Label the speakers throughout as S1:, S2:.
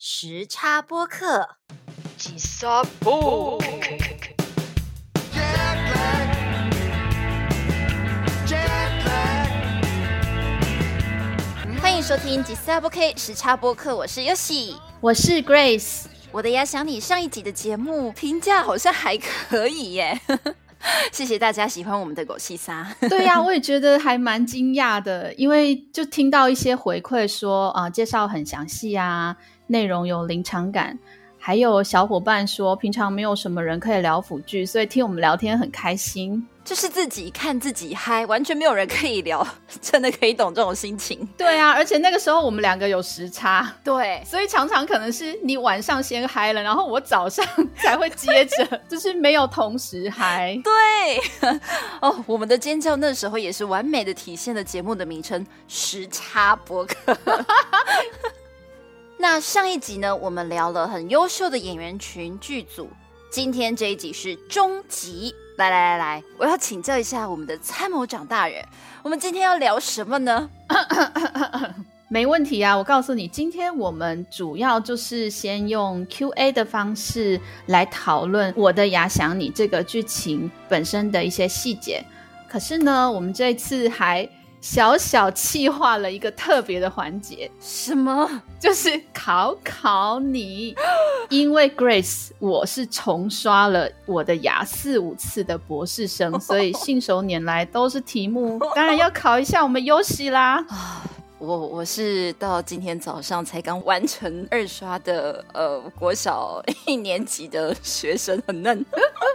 S1: 时差播客，
S2: 几沙布。
S3: Jet lag. Jet lag.
S1: 欢迎收听《吉萨播 K 时差播客》，我是 Yoshi。
S4: 我是 Grace，
S1: 我的呀想你上一集的节目评价好像还可以耶， 谢谢大家喜欢我们的狗戏撒。
S4: 对呀、我也觉得还蛮惊讶的，因为就听到一些回馈说啊、呃介绍很详细啊，内容有临场感，还有小伙伴说平常没有什么人可以聊腐剧，所以听我们聊天很开心。
S1: 就是自己看自己嗨，完全没有人可以聊，真的可以懂这种心情。
S4: 对啊，而且那个时候我们两个有时差，
S1: 对，
S4: 所以常常可能是你晚上先嗨了，然后我早上才会接着， 就是没有同时嗨。
S1: 对，哦，我们的尖叫那时候也是完美的体现了节目的名称——时差博客。 那上一集呢，我们聊了很优秀的演员群剧组，今天这一集是终极。来来来来，我要请教一下我们的参谋长大人，我们今天要聊什么呢？
S4: 没问题啊！我告诉你，今天我们主要就是先用 Q&A 的方式来讨论《我的牙想你》这个剧情本身的一些细节。可是呢，我们这次还小小气化了一个特别的环节，
S1: 什么？
S4: 就是考考你。因为 Grace，我是重刷了我的牙四五次的博士生，所以信手拈来都是题目，当然要考一下我们优喜啦。
S1: 我我是到今天早上才刚完成二刷的，呃，国小一年级的学生很嫩，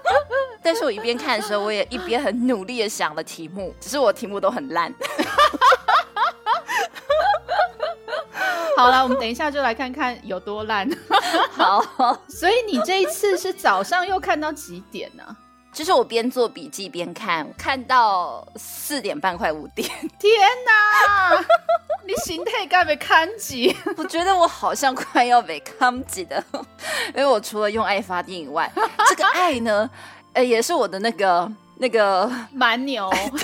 S1: 但是我一边看的时候，我也一边很努力的想了题目，只是我题目都很烂。
S4: 好了，我们等一下就来看看有多烂。
S1: 好，
S4: 所以你这一次是早上又看到几点呢、
S1: 就是我边做笔记边看，看到四点半快五点，
S4: 天哪，你心态该被看急。
S1: 我觉得我好像快要被康挤的， 因为我除了用爱发电以外，这个爱呢，呃，也是我的那个那个
S4: 蛮牛，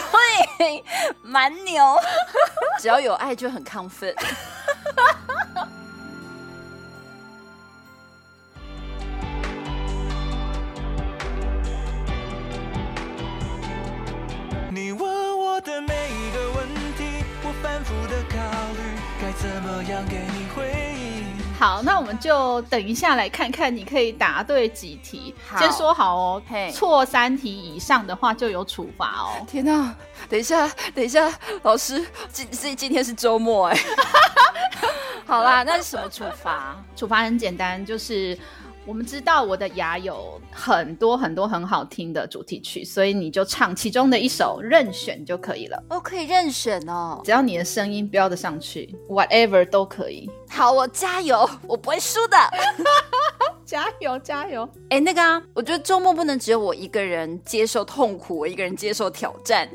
S1: 对，蛮牛， 只要有爱就很亢奋。
S3: 你问我的每一个问题，我反复的考虑，该怎么样给你回应。
S4: 好，那我们就等一下来看看你可以答对几题。
S1: 好
S4: 先说好哦
S1: 嘿，
S4: 错三题以上的话就有处罚哦。
S1: 天呐、等一下，等一下，老师，今今今天是周末哎、 好啦，那是什么处罚？
S4: 处罚很简单，就是我们知道我的牙有很多很多很好听的主题曲，所以你就唱其中的一首任选就可以了。
S1: 哦，可以任选哦。
S4: 只要你的声音飙得上去，whatever 都可以。
S1: 好，我加油，我不会输的。
S4: 加油，加油！
S1: 哎、那个啊，我觉得周末不能只有我一个人接受痛苦，我一个人接受挑 战，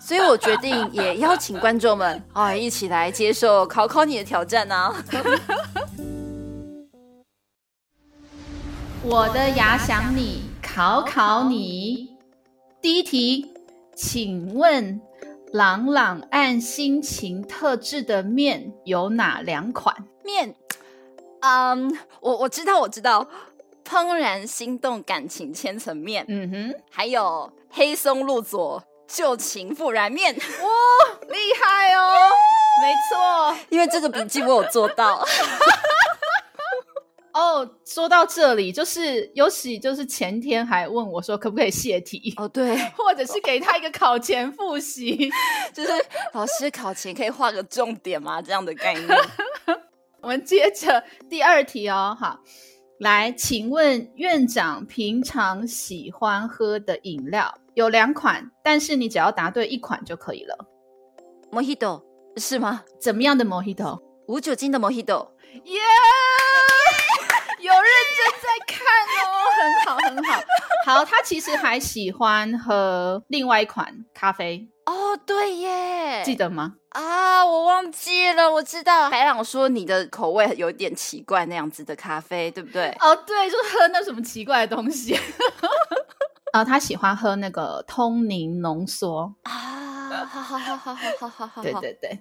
S1: 所以我决定也邀请观众 们啊、哎一起来接受考考你的挑战啊。
S4: 我的牙想你，考考你。第一题，请问朗朗按心情特制的面有哪两款？
S1: 面，嗯，我我知道，我知道，怦然心动感情千层面，
S4: 嗯哼，
S1: 还有黑松露佐旧情复燃面，
S4: 厉害哦，没错。
S1: 因为这个笔记我有做到，
S4: 哦，说到这里，就是尤喜，就是前天还问我说可不可以泄 题，
S1: 哦对，
S4: 或者是给他一个考前复 习。
S1: 就是老师考前可以画个重点嘛，这样的概念。
S4: 我们接着第二题哦，好，来，请问院长平常喜欢喝的饮料有两款，但是你只要答对一款就可以了。
S1: Mojito 是吗？
S4: 怎么样的 Mojito？
S1: 无酒精的 Mojito，
S4: 耶、有认真在看哦，很好很好。好，他其实还喜欢喝另外一款咖啡，
S1: 哦对耶，
S4: 记得吗？
S1: 啊，我忘记了，我知道。海朗说你的口味有点奇怪，那样子的咖啡，对不 对？
S4: 哦，对，就是喝那什么奇怪的东 西。啊、他喜欢喝那个通宁浓缩。
S1: 啊，好好好好好好好好，
S4: 对对对。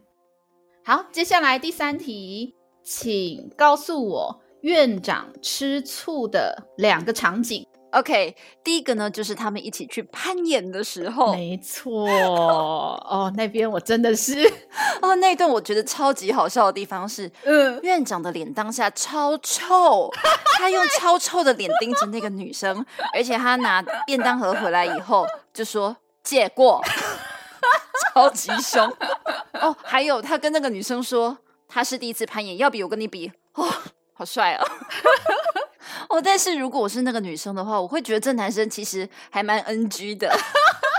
S4: 好，接下来第三题，请告诉我院长吃醋的两个场景。
S1: OK，第一个呢，就是他们一起去攀岩的时候，
S4: 没错，哦，那边我真的是，
S1: 哦，那一段我觉得超级好笑的地方是，
S4: 嗯，
S1: 院长的脸当下超臭，他用超臭的脸盯着那个女生，而且他拿便当盒回来以后就说借过，超级 凶。哦，还有他跟那个女生说他是第一次攀岩，要比我跟你比，哦，好帅 哦。哦，但是如果我是那个女生的话，我会觉得这男生其实还蛮 NG 的。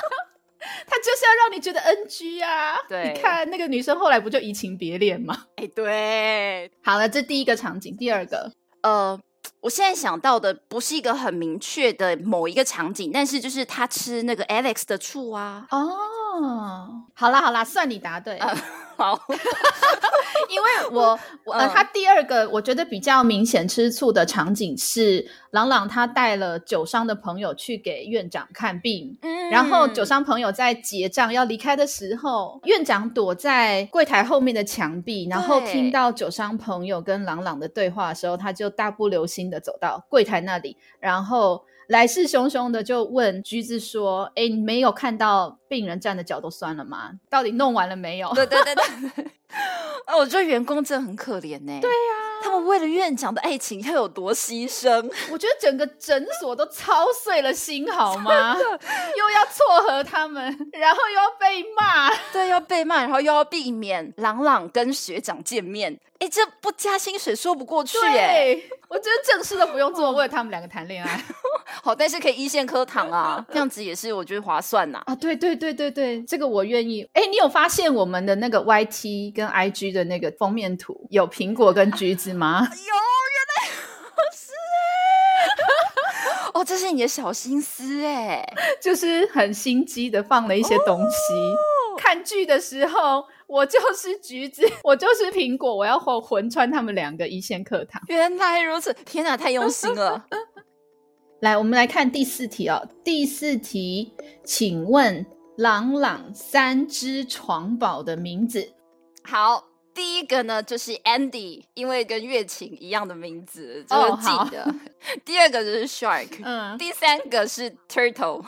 S4: 他就是要让你觉得 NG 啊。
S1: 对
S4: 你看那个女生后来不就移情别恋吗？
S1: 哎，对，
S4: 好了，这第一个场景，第二个，
S1: 呃，我现在想到的不是一个很明确的某一个场景，但是就是他吃那个 Alex 的醋啊。
S4: 哦，好啦好啦，算你答对，
S1: 啊 好，
S4: 因为我我、呃，
S1: 嗯
S4: 他第二个我觉得比较明显吃醋的场景是，朗朗他带了酒商的朋友去给院长看病，
S1: 嗯
S4: 然后酒商朋友在结账要离开的时候，院长躲在柜台后面的墙壁，然后
S1: 对
S4: 听到酒商朋友跟朗朗的对话的时候，他就大步流星的走到柜台那里，然后来势汹汹的就问橘子说：“哎，你没有看到病人站的脚都酸了吗？到底弄完了没有？”
S1: 对对对对，对啊， 我觉得员工真的很可怜呢、对啊呀、他们为了院长的爱情要有多牺牲？
S4: 我觉得整个诊所都操碎了心，好吗？又要撮合他们， 然后又要被骂。
S1: 对，要被骂，然后又要避免朗朗跟学长见面。哎，这不加薪水说不过去哎、
S4: 对，我觉得正事都不用做，为了他们两个谈恋爱
S1: 好，但是可以一线科堂啊，这样子也是我觉得划算呐、
S4: 啊！对对对对对，这个我愿意。哎，你有发现我们的那个 YT 跟 IG 的那个封面图有苹果跟橘子吗？
S1: 哦，这是你的小心思哎、
S4: 就是很心机的放了一些东西。看剧的时候，我就是橘子，我就是苹果，我要混混穿他们两个一线课堂。
S1: 原来如此，天哪，太用心 了。
S4: 来，我们来看第四题哦。第四题，请问朗朗三只床宝的名字？
S1: 好，第一个呢就是 Andy，因为跟月琴一样的名字，这
S4: 哦
S1: 个
S4: 好
S1: 记得。第二个就是 Shark，、
S4: 嗯，
S1: 第三个是 Turtle。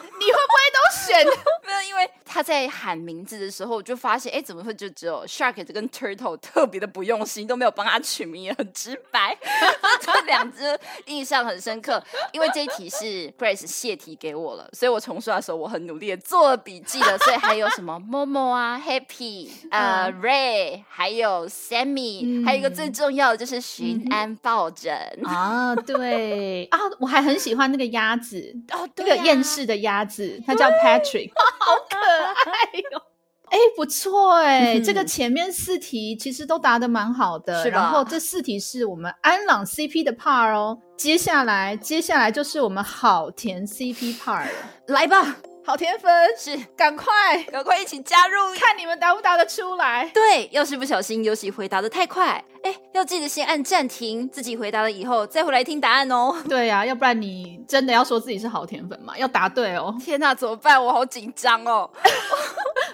S4: 都选
S1: 没有，因为他在喊名字的时候，我就发现，哎，怎么会就只有 Shark 这跟 Turtle 特别的不用心，都没有帮他取名，也很直白。 这两只印象很深刻，因为这一题是 Grace 泄题给我了，所以我重刷的时候，我很努力的做了笔记了，所以还有什么 Momo 啊、Happy、呃、Ray，还有 Sammy，、
S4: 嗯
S1: 还有一个最重要的就是寻
S4: 嗯哼
S1: 安抱枕。
S4: 啊，对啊，我还很喜欢那个鸭子，
S1: 哦，
S4: 那
S1: 对
S4: 个
S1: 啊
S4: 厌世的鸭子，它叫 Patrick，好 可爱哟、 哎，不错哎、
S1: 嗯
S4: 这个前面四题其实都答得蛮好的，
S1: 是吧
S4: 然后这四题是我们安朗 CP 的 part 哦，接下来接下来就是我们好甜 CP part 了，
S1: 来吧，
S4: 好甜粉，
S1: 是
S4: 赶快
S1: 赶快一起加入
S4: 看你们答不答得出来。
S1: 对，要是不小心尤其回答的太快，哎，要记得先按暂停，自己回答了以后再回来听答案哦。
S4: 对呀、要不然你真的要说自己是好甜粉嘛？要答对哦。
S1: 天哪，怎么办？我好紧张哦。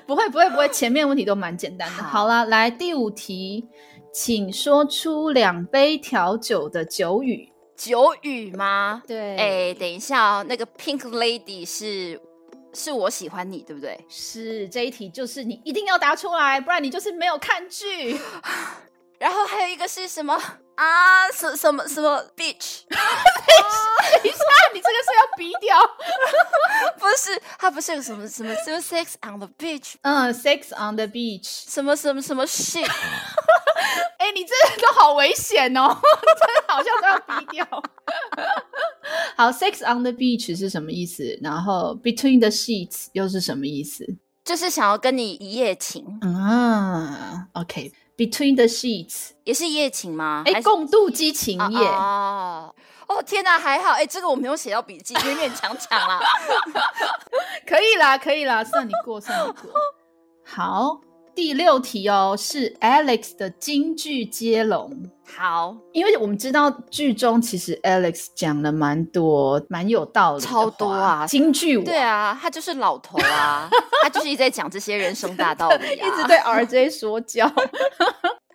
S4: 不会不会不会，前面问题都蛮简单的。
S1: 好
S4: 好啦，来第五题，请说出两杯调酒的酒语。
S1: 酒语吗？
S4: 对
S1: 哎，等一下哦，那个 Pink Lady 是是我喜欢你，对不对？
S4: 是这一题，就是你一定要答出来，不然你就是没有看 剧。
S1: 然后还有一个是什么 啊？什什么什么 Bitch？啊
S4: 等一下，你这个是要逼掉。
S1: 不是，它不是有什么什么什么 Sex on the Beach，
S4: 嗯，Sex on the beach。
S1: 什么什么什么 shit。
S4: 哎，你这都好危险哦， 这好像都要逼掉。好，Sex on the beach 是什么意思？然后 Between the sheets 又是什么意思？
S1: 就是想要跟你一夜情，
S4: 啊，OK，Between the sheets，
S1: 也是一夜情吗？
S4: 哎，
S1: 啊还是
S4: 共度激情
S1: 啊
S4: 夜，
S1: 哦哦天哪，还好，哎、这个我没有写到笔记，勉勉强啊强啦。
S4: 可以啦，可以啦，算你过，算你过。好，第六题哦，是 Alex 的京剧接龙。
S1: 好，
S4: 因为我们知道剧中其实 Alex 讲了蛮多，蛮有道理的话，
S1: 超多啊
S4: 京剧我
S1: 对啊，他就是老头啊，他就是一直在讲这些人生 大道理啊，
S4: 一直对 RJ 说教。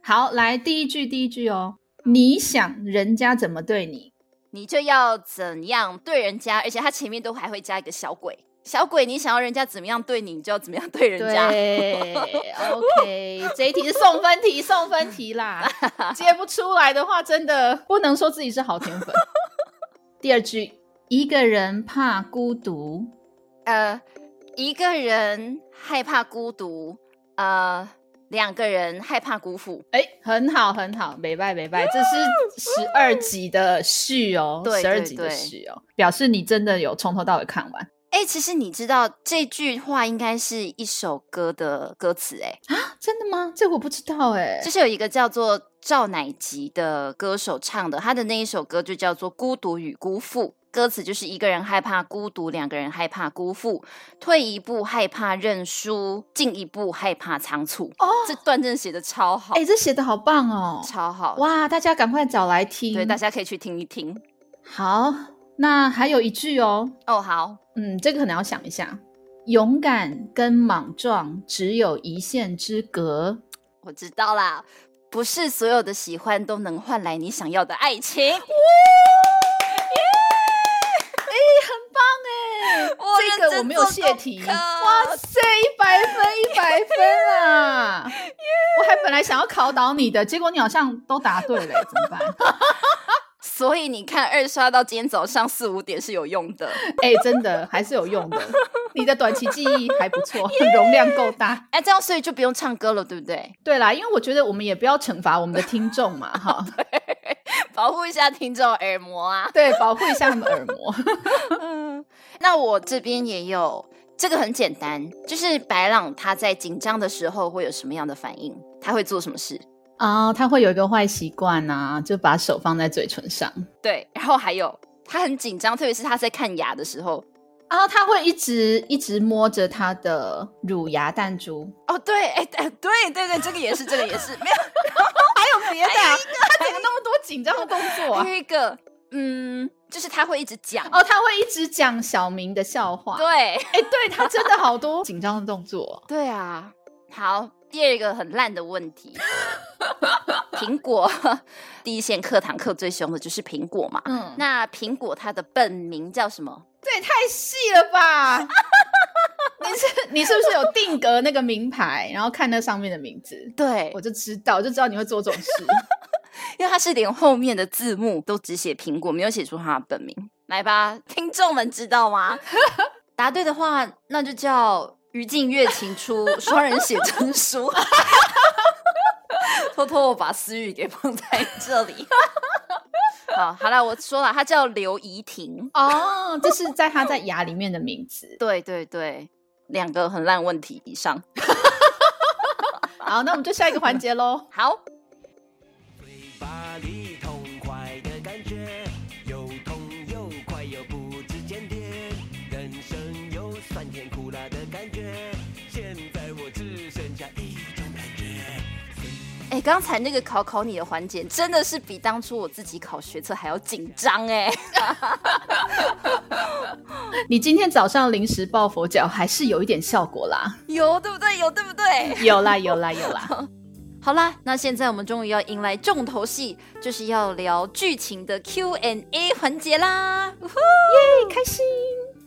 S4: 好，来第一句，第一句哦，你想人家怎么对你？
S1: 你就要怎样对人家，而且他前面都还会加一个小鬼，小鬼，你想要人家怎么样对你，你就要怎么样对人家。
S4: 对，OK，这 一题是送分题，送分 题啦。接不出来的话，真的不能说自己是好甜 粉。第二句，一个人怕孤独，
S1: 呃，一个人害怕孤独，呃，两个人害怕辜负。
S4: 哎，很好，很好，没拜没拜，这是十二集的序哦，
S1: 嗯对
S4: 十
S1: 对
S4: 二集的序哦，表示你真的有从头到尾看完。
S1: 哎，其实你知道这句话应该是一首歌的歌词，哎，
S4: 啊真的吗？这我不知道哎、
S1: 就是有一个叫做赵乃吉的歌手唱的，他的那一首歌就叫做《孤独与辜负》，歌词就是一个人害怕孤独，两个人害怕辜负，退一步害怕认输，进一步害怕仓促。
S4: 哦，
S1: 这段真的写的超好，
S4: 哎、这写的好棒哦！
S1: 超好，
S4: 哇，大家赶快找来听。
S1: 对，大家可以去听一听。
S4: 好。那还有一句哦，
S1: 哦，好，
S4: 嗯，这个可能要想一下。勇敢跟莽撞只有一线之隔。
S1: 我知道啦。不是所有的喜欢都能换来你想要的爱情，我
S4: 这个我没有泄题，哇塞，一百分，一百分啊！我还本来想要考倒你的，结果你好像都 答对了，怎么办？
S1: 所以你看二刷到今天早上四五点是有用的。
S4: 哎、真的还是有用的，你的短期记忆还不错，容量够大。
S1: 哎，这样所以就不用唱歌了，对不对？
S4: 对啦，因为我觉得我们也不要惩罚我们的听众嘛， 哈，
S1: 保护一下听众耳膜啊。
S4: 对，保护一下他们耳膜。
S1: 那我这边也有，这个很简单，就是白朗他在紧张的时候会有什么样的反应，他会做什么事。
S4: 啊、他会有一个坏习惯啊，就把手放在嘴唇上。
S1: 对，然后还有他很紧张，特别是他在看牙的时候。
S4: 然后啊他会一直一直摸着他的乳牙弹珠，
S1: 哦，对，哎，哎对对对，这个也是，这个也是，没有
S4: 还有别的、啊，他怎么那么多紧张的动作啊
S1: 还？有一个，嗯，就是他会一直讲。
S4: 哦，他会一直讲小明的笑话。，
S1: 对，
S4: 哎、对他真的好多 紧张的动作。
S1: 对啊，好，第二个很烂的问题，苹果 第一线课堂课最凶的就是苹果嘛。
S4: 嗯，那
S1: 那苹果它的本名叫什么？
S4: 这也太细了吧？ 你是你是不是有定格那个名牌，然后看那上面的名字？
S1: 对
S4: 我，就知道，我就知道你会做这种事。
S1: 因为它是连后面的字幕都只写苹果，没有写出它的本名。来吧，听众们知道吗？ 答对的话，那就叫于静月情出双人写真书。 偷偷我把思雨给放在这里。 好，好了，我说了，他叫刘怡婷。
S4: 哦，这是在他在牙里面的名字。
S1: 对对对，两个很烂问题以上。
S4: 好，那我们就下一个环节喽。
S1: 好，
S3: 嘴巴里痛快的感觉，又痛又快又不知检点，人生有酸甜苦辣的感觉，现在我只剩下一种感觉。
S1: 哎，刚才那个考考你的环节，真的是比当初我自己考学测还要紧张哎、
S4: 你今天早上临时抱佛脚，还是有一点效果啦。
S1: 有对不对？有对不对？
S4: 有啦，有啦，有 啦。
S1: 好啦，那现在我们终于要迎来重头戏，就是要聊剧情的 Q&A 环节啦。呜呼
S4: 开心。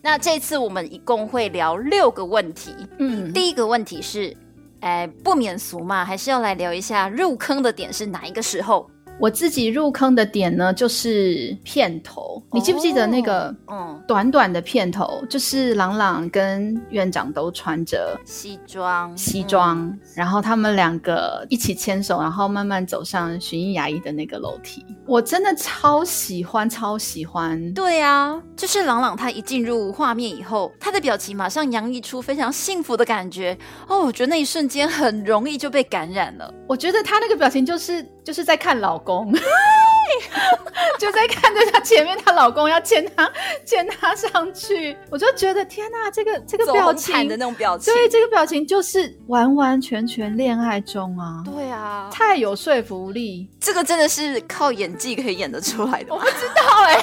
S1: 那这次我们一共会聊六个问题，
S4: 嗯，
S1: 第一个问题是，哎，不免俗嘛，还是要来聊一下入坑的点是哪一个时候？
S4: 我自己入坑的点呢，就是片头。你记不记得那个
S1: 嗯，
S4: 短短的片头？就是朗朗跟院长都穿着
S1: 西装，
S4: 西
S1: 嗯
S4: 装，然后他们两个一起牵手，然后慢慢走上寻医牙医的那个楼梯。我真的超喜欢，超喜欢。
S1: 对啊，就是朗朗他一进入画面以后，他的表情马上洋溢出非常幸福的感觉哦，我觉得那一瞬间很容易就被感染了。
S4: 我觉得他那个表情就是就是在看老公， 就在看着她前面她老公要牵她牵她上去，我就觉得天哪，这个这个
S1: 走
S4: 表
S1: 红
S4: 情
S1: 毯的那种表情，
S4: 对，这个表情就是完完全全恋爱中啊，
S1: 对啊，他
S4: 太有说服力。
S1: 这个真的是靠演技可以演得出来的
S4: 我
S1: 吗
S4: 不？知道哎、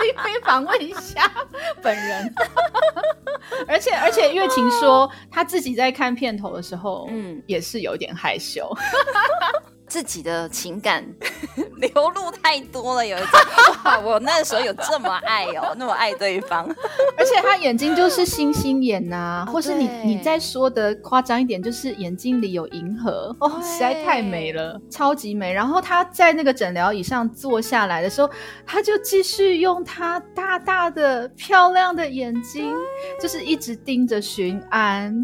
S4: 你可以访问一下 本人。而且而且，月琴说她自己在看片头的时候，嗯
S1: 嗯，
S4: 也是有点害羞。
S1: 自己的情感 流露太多了，有一种哇，我那时候有这么爱 哦，那么爱对方，
S4: 而且他眼睛就是星星眼呐、
S1: 哦
S4: 或是你
S1: 对
S4: 你再说的夸张一点，就是眼睛里有银河哦，
S1: 对
S4: 实在太美了，超级美。然后他在那个诊疗椅上坐下来的时候，他就继续用他大大的漂亮的眼睛，就是一直盯着巡安。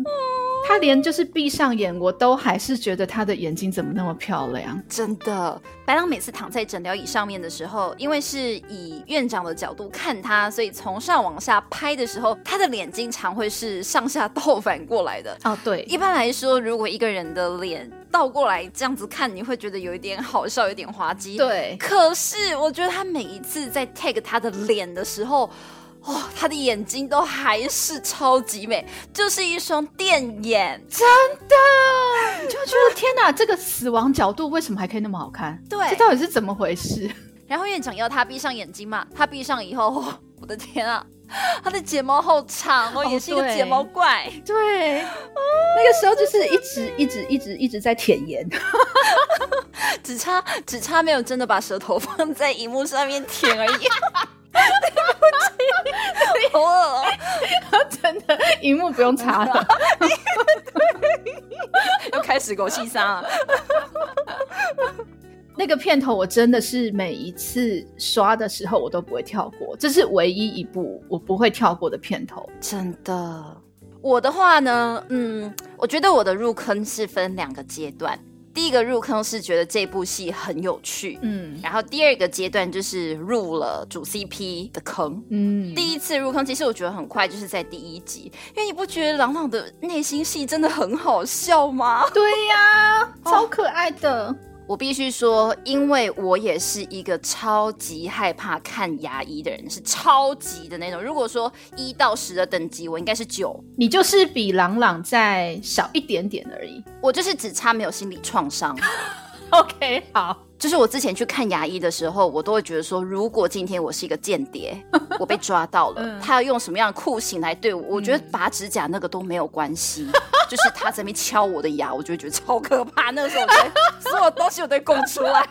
S4: 他连就是闭上眼，我都还是觉得他的眼睛怎么那么漂亮。
S1: 真的。白狼每次躺在诊疗椅上面的时候，因为是以院长的角度看他，所以从上往下拍的时候，他的脸经常会是上下倒反过来的。
S4: 哦，对，
S1: 一般来说，如果一个人的脸倒过来这样子看，你会觉得有一点好笑，有点滑稽。
S4: 对，
S1: 可是我觉得他每一次在 tag 他的脸的时候，哦，他的眼睛都还是超级美，就是一双电眼。
S4: 你就觉得天哪，这个死亡角度为什么还可以那么好看？
S1: 对
S4: 这到底是怎么回事？
S1: 然后院长要他闭上眼睛嘛，他闭上以后，哦我的天啊，他的睫毛好长哦，
S4: 哦
S1: 也是一个
S4: 对
S1: 睫毛怪。
S4: 对，那个时候就是一直一直一直一直在舔盐，
S1: 只差只差没有真的把舌头放在荧幕上面舔而 已。对不起，偶尔哦
S4: 真的，荧幕不用擦了。
S1: 又开始狗气杀了。
S4: 那个片头我真的是每一次刷的时候我都不会跳过，这是唯一一部我不会跳过的片头。
S1: 真的，我的话呢，嗯，我觉得我的入坑是分两个阶段。第一个入坑是觉得这部戏很有趣，
S4: 嗯
S1: 然后第二个阶段就是入了主 CP 的坑。
S4: 嗯，
S1: 第一次入坑，其实我觉得很快，就是在第一集，因为你不觉得朗朗的内心戏真的很好笑吗？
S4: 对呀、超可爱的。
S1: 我必须说，因为我也是一个超级害怕看牙医的人，是超级的那种。如果说一到十的等级，我应该是九，
S4: 你就是比朗朗再少一点点而已。
S1: 我就是只差没有心理创 伤。
S4: OK，好，
S1: 就是我之前去看牙医的时候，我都会觉得说，如果今天我是一个间 谍，我被抓到了，
S4: 嗯
S1: 他要用什么样的酷刑来对我？我觉得拔指甲那个都没有关系， 就是他在那边敲我的牙，我就会觉得超可怕。那个时候，我觉得所有东西我都会供出来。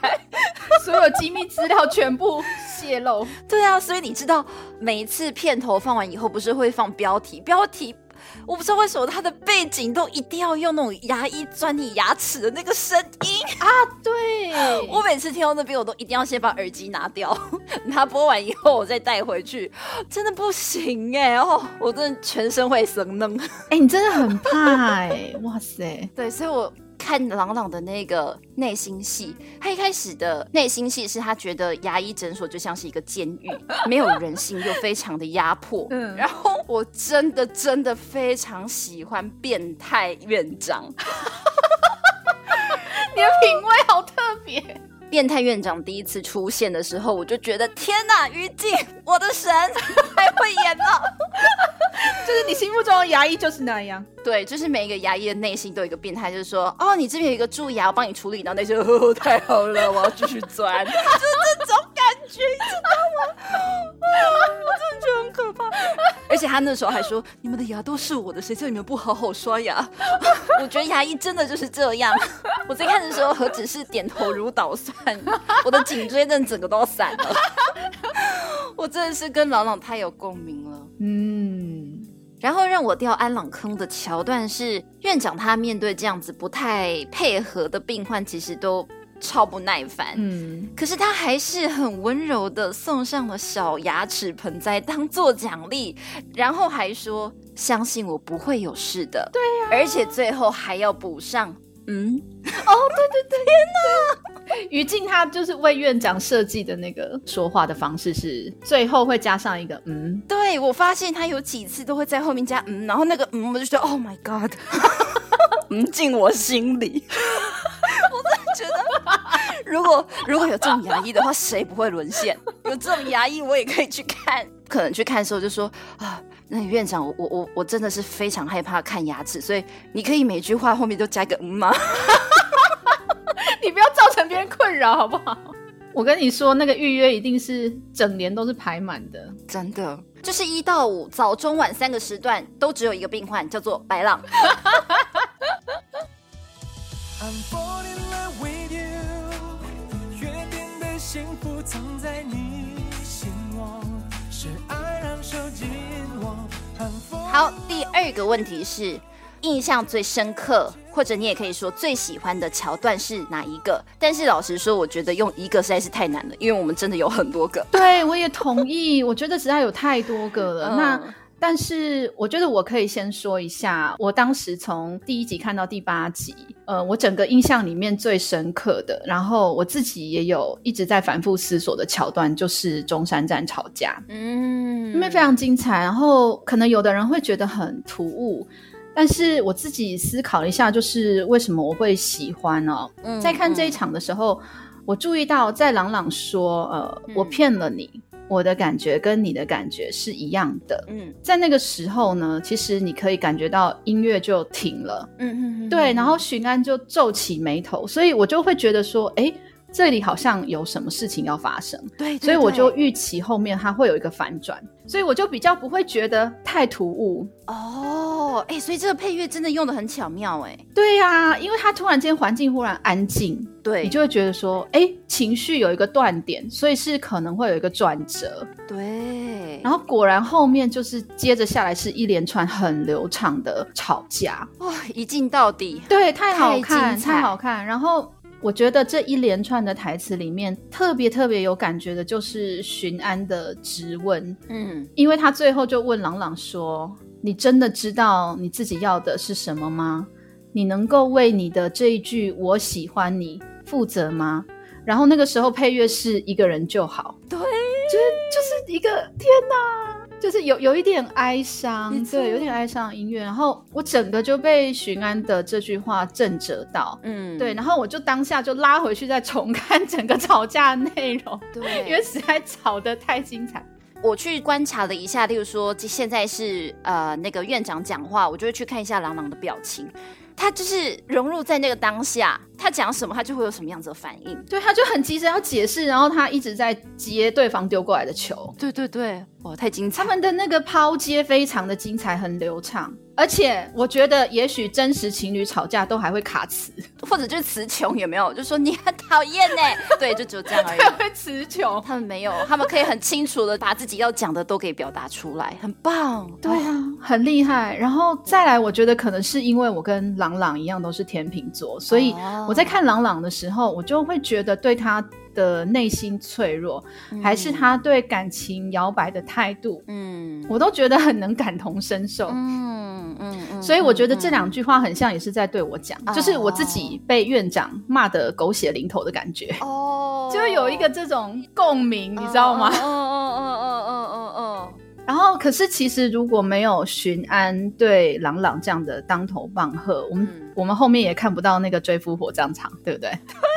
S4: 所有机密资料全部泄露。
S1: 对啊，所以你知道，每一次片头放完以后，不是会放标题？标题我不知道为什么它的背景都一定要用那种牙医钻你牙齿的那个声音。
S4: 对，
S1: 我每次听到那边，我都一定要先把耳机拿掉， 它播完以后我再带回去，真的不行哎、哦，我真的全身会生嫩。
S4: 哎、你真的很怕哎、哇塞！
S1: 对，所以我看朗朗的那个内心戏，他一开始的内心戏是他觉得牙医诊所就像是一个监狱，没有人性又非常的压迫。 嗯，
S4: 嗯
S1: 然后我真的真的非常喜欢变态院长。
S4: 你的品味好特别。
S1: 变态院长第一次出现的时候，我就觉得天哪，于静，我的神， 太会演了。
S4: 就是你心目中的牙医就是那样。
S1: 对，就是每一个牙医的内心都有一个变态，就是说，哦，你这边有一个蛀牙，我帮你处理，然后那些呵呵，太好了，我要继续钻， 就是这种感觉，你知道吗？啊我真的觉得很可怕。而且他那时候还说，你们的牙都是我的，谁叫你们不好好刷牙？ 我觉得牙医真的就是这样。我在看的时候，何止是点头如捣蒜，我的颈椎真的整个都要散了。 我真的是跟朗朗太有共鸣了。
S4: 嗯，
S1: 然后让我掉安朗坑的桥段是，院长他面对这样子不太配合的病患，其实都超不耐烦。
S4: 嗯，
S1: 可是他还是很温柔的送上了小牙齿盆栽当做奖励，然后还说相信我不会有事的。对呀、而且最后还要补上，嗯，
S4: 于静她就是为院长设计的那个说话的方式是最后会加上一个嗯，
S1: 对我发现他有几次都会在后面加嗯，然后那个嗯，我就觉得 Oh my God，嗯进我心里。 我真的觉得，如果如果有这种牙医的话，谁不会沦陷？有这种牙医，我也可以去看。可能去看的时候就说啊，那院长，我我我我真的是非常害怕看牙齿，所以你可以每句话后面都加个嗯吗？
S4: 你不要造成别人困扰好不好？我跟你说，那个预约一定是整年都是排满的。
S1: 真的，就是一到五早中晚三个时段都只有一个病患，叫做白浪。
S3: I'm falling in love with you.
S5: 幸福藏在你心窝，是爱让手紧握，寒风。
S1: 好，第二个问题是印象最深刻，或者你也可以说最喜欢的桥段是哪一个？但是老实说，我觉得用一个实在是太难了，因为我们真的有很多个。
S4: 对，我也同意。我觉得实在有太多个了。那
S1: 嗯
S4: 但是我觉得我可以先说一下，我当时从第一集看到第八集，呃，我整个印象里面最深刻的，然后我自己也有一直在反复思索的桥段，就是中山站吵架。
S1: 嗯
S4: 因为非常精彩，然后可能有的人会觉得很突兀，但是我自己思考了一下，就是为什么我会喜欢呢、
S1: 嗯
S4: 在看这一场的时候，我注意到在朗朗说：“呃，
S1: 嗯
S4: 我骗了你，我的感觉跟你的感觉是一样的。
S1: 嗯”
S4: 在那个时候呢，其实你可以感觉到音乐就停了，
S1: 嗯嗯嗯
S4: 对，然后巡安就皱起眉头，所以我就会觉得说：“诶，这里好像有什么事情要发生。”
S1: 对，对
S4: 所以我就
S1: 对
S4: 预期后面它会有一个反转，所以我就比较不会觉得太突兀。
S1: 哦，哎、所以这个配乐真的用的很巧妙、哎，
S4: 对呀、因为它突然间环境忽然安静，
S1: 对，
S4: 你就会觉得说，哎，情绪有一个断点，所以是可能会有一个转折。
S1: 对，
S4: 然后果然后面就是接着下来是一连串很流畅的吵架，
S1: 哇、一镜到底，
S4: 对，太好
S1: 太
S4: 看，
S1: 精彩
S4: 太好看。然后我觉得这一连串的台词里面，特别特别有感觉的就是巡安的质问，
S1: 嗯，
S4: 因为他最后就问朗朗说：“你真的知道你自己要的是什么吗？你能够为你的这一句‘我喜欢你’负责吗？”然后那个时候配乐是一个人就好，
S1: 对，
S4: 就是就是一个天哪，就是有有一点哀伤
S1: 没，错
S4: 对，有点哀伤的音乐。然后我整个就被巡安的这句话震折到，
S1: 嗯，
S4: 对，然后我就当下就拉回去再重看整个吵架的内容，
S1: 对，
S4: 因为实在吵得太精彩。
S1: 我去观察了一下，例如说现在是呃那个院长讲话，我就会去看一下朗朗的表情，他就是融入在那个当下，他讲什么他就会有什么样子的反应。
S4: 对，他就很急着要解释，然后他一直在接对方丢过来的球。
S1: 对对对，哇，太精
S4: 他
S1: 彩！
S4: 们的那个抛接非常的精彩，很流畅，而且我觉得也许真实情侣吵架都还会卡词，
S1: 或者就是词穷有没有？就说你 很讨厌呢，对，就只有这样而已
S4: 还。会词穷。
S1: 他们没有，他们可以很清楚的把自己要讲的都给表达出来，很棒。
S4: 对啊，很厉害。然后再来，我觉得可能是因为我跟朗朗一样都是天秤座，所以
S1: 哦
S4: 我在看朗朗的时候，我就会觉得对他的内心脆弱，
S1: 嗯
S4: 还是，他对感情摇摆的态度，
S1: 嗯
S4: 我都觉得很能感同身受。
S1: 嗯嗯嗯
S4: 所以我觉得这
S1: 嗯
S4: 两句话很像，也是在对我讲，
S1: 哦
S4: 就是我自己被院长骂得狗血淋头的感觉，
S1: 哦，
S4: 就有一个这种共鸣，你知道吗？
S1: 嗯嗯嗯嗯嗯嗯嗯。
S4: 然后，可是其实如果没有巡安对朗朗这样的当头棒喝，我们、
S1: 嗯
S4: 我们后面也看不到那个追夫火葬场，对不 对？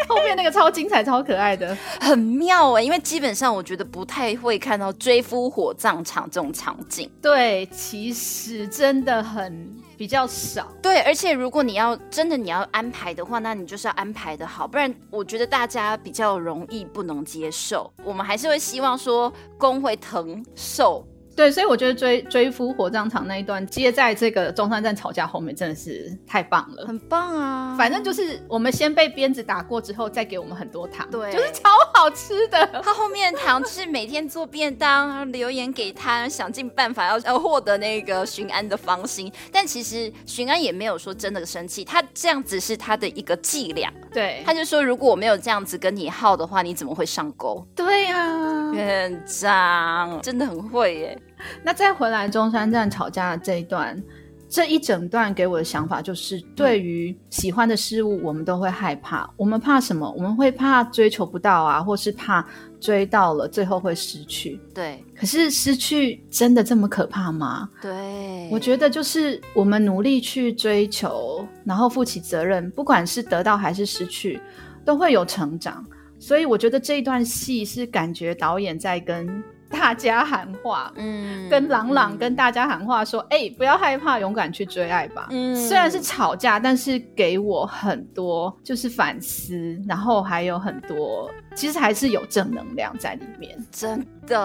S4: 后面那个超精彩、超可爱的，
S1: 很妙哎、因为基本上我觉得不太会看到追夫火葬场这种场景。
S4: 对，其实真的很比较少。
S1: 对，而且如果你要真的你要安排的话，那你就是要安排的好，不然我觉得大家比较容易不能接受。我们还是会希望说公会疼受，
S4: 对，所以我觉得追追夫火葬场那一段接在这个中山站吵架后面，真的是太棒了。
S1: 很棒啊。
S4: 反正就是我们先被鞭子打过之后，再给我们很多糖，
S1: 对
S4: 就是超好吃 的。
S1: 他后面糖就是每天做便当，然后留言给他，想尽办法要要获得那个巡安的芳心。但其实巡安也没有说真的生气，他这样子是他的一个伎俩。
S4: 对，
S1: 他就说，如果我没有这样子跟你耗的话，你怎么会上钩？
S4: 对呀、
S1: 院长真的很会耶，
S4: 那再回来中山站吵架的这一段，这一整段给我的想法就是，对于喜欢的事物，我们都会害怕。我们怕什么？我们会怕追求不到啊，或是怕追到了最后会失去。
S1: 对
S4: 可是失去真的这么可怕吗？
S1: 对，
S4: 我觉得就是我们努力去追求，然后负起责任，不管是得到还是失去，都会有成长。所以我觉得这一段戏是感觉导演在跟大家喊话，
S1: 嗯
S4: 跟朗朗
S1: 嗯
S4: 跟大家喊话说：“哎、不要害怕，勇敢去追爱吧。”
S1: 嗯
S4: 虽然是吵架，但是给我很多就是反思，然后还有很多其实还是有正能量在里面。
S1: 真的，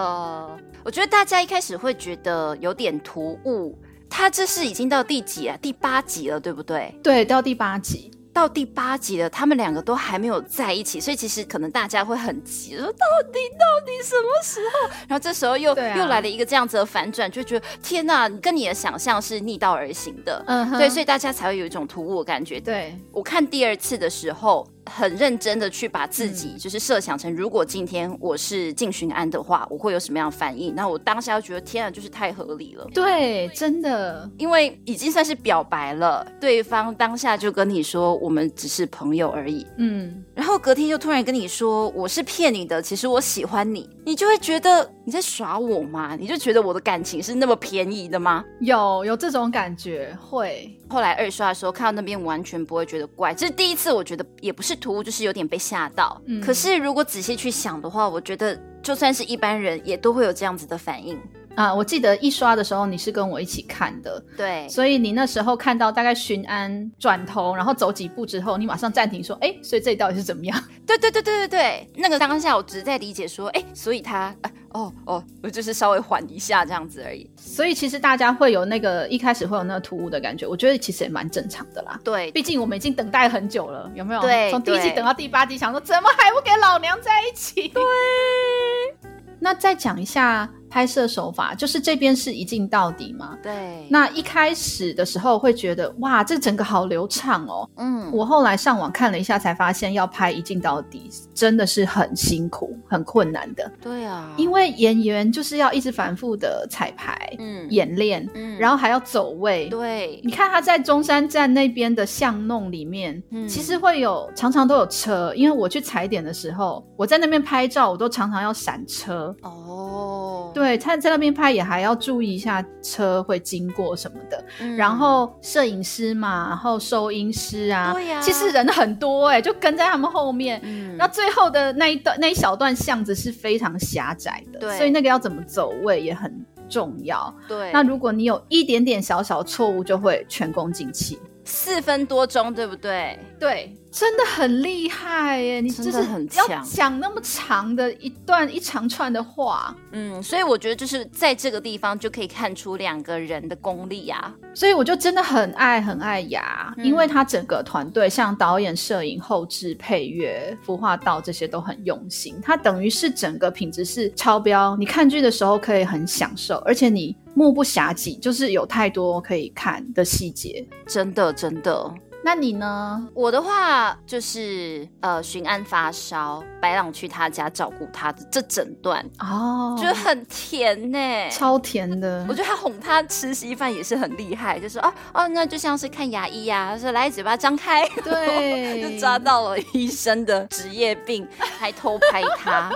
S1: 我觉得大家一开始会觉得有点突兀。他这是已经到第几啊？第八集了，对不对？
S4: 对，到第八集，
S1: 到第八集了，他们两个都还没有在一起，所以其实可能大家会很急，说到底到底什么时候？然后这时候又、
S4: 对啊
S1: 又来了一个这样子的反转，就觉得天哪，跟你的想象是逆道而行的。
S4: 嗯哼
S1: 对，所以大家才会有一种突兀的感觉。
S4: 对，
S1: 我看第二次的时候，很认真的去把
S4: 嗯
S1: 自己就是设想成，如果今天我是靳寻安的话，我会有什么样的反应？那我当下就觉得，天啊，就是太合理了。
S4: 对，真的，
S1: 因为已经算是表白了，对方当下就跟你说我们只是朋友而已，
S4: 嗯，
S1: 然后隔天就突然跟你说我是骗你的，其实我喜欢你，你就会觉得你在耍我吗？你就觉得我的感情是那么便宜的吗？
S4: 有有这种感觉，会，
S1: 后来二刷的时候看到那边完全不会觉得怪，这是第一次，我觉得也不是突兀，就是有点被吓到。
S4: 嗯
S1: 可是如果仔细去想的话，我觉得就算是一般人也都会有这样子的反应。
S4: 啊、我记得一刷的时候你是跟我一起看的，
S1: 对，
S4: 所以你那时候看到大概巡安转头，然后走几步之后，你马上暂停说，哎，所以这里到底是怎么样？
S1: 对对对对对对，那个当下我只是在理解说，哎，所以他，啊哦哦，我就是稍微缓一下这样子而已。
S4: 所以其实大家会有那个一开始会有那个突兀的感觉，我觉得其实也蛮正常的啦。
S1: 对
S4: 毕竟我们已经等待很久了，有没有？
S1: 对
S4: 从第一季
S1: 对
S4: 等到第八集，想说怎么还不跟老娘在一起？对。 那再讲一下拍摄手法，就是这边是一镜到底嘛。
S1: 对，
S4: 那一开始的时候会觉得哇，这整个好流畅哦。
S1: 嗯，
S4: 我后来上网看了一下，才发现要拍一镜到底真的是很辛苦、很困难的，
S1: 对啊，
S4: 因
S1: 为
S4: 为演员就是要一直反复的彩排、
S1: 嗯
S4: 演练，
S1: 嗯
S4: 然后还要走位。
S1: 对
S4: 你看他在中山站那边的巷弄里面，
S1: 嗯
S4: 其实会有常常都有车，因为我去踩点的时候，我在那边拍照，我都常常要闪车。
S1: 哦，
S4: 对，他在那边拍也还要注意一下车会经过什么的，
S1: 嗯
S4: 然后摄影师嘛，然后收音师啊，
S1: 对呀
S4: 其实人很多哎、就跟在他们后面。
S1: 嗯
S4: 那最后的那一段那一小段巷子是非常狭窄的，
S1: 对
S4: 所以那个要怎么走位也很重要。
S1: 对，
S4: 那如果你有一点点小小错误，就会前功尽弃。
S1: 四分多钟对不对？
S4: 对，真的很厉害耶！你就是
S1: 真的很
S4: 要
S1: 强
S4: 讲那么长的一段一长串的话，
S1: 嗯，所以我觉得就是在这个地方就可以看出两个人的功力啊。
S4: 所以我就真的很爱很爱牙，
S1: 嗯
S4: 因为他整个团队像导演、摄影、后置、配乐、服化道这些都很用心，他等于是整个品质是超标。你看剧的时候可以很享受，而且你目不暇给，就是有太多可以看的细节。
S1: 真的，真的。
S4: 那你呢？
S1: 我的话就是呃，巡安发烧，白朗去他家照顾他的这整段，
S4: 哦，
S1: 觉得很甜呢、
S4: 超甜的
S1: 我。觉得他哄他吃稀饭也是很厉害，就说哦哦，那就像是看牙医呀、啊，说来嘴巴张开，
S4: 对，
S1: 就抓到了医生的职业病，还偷拍 他。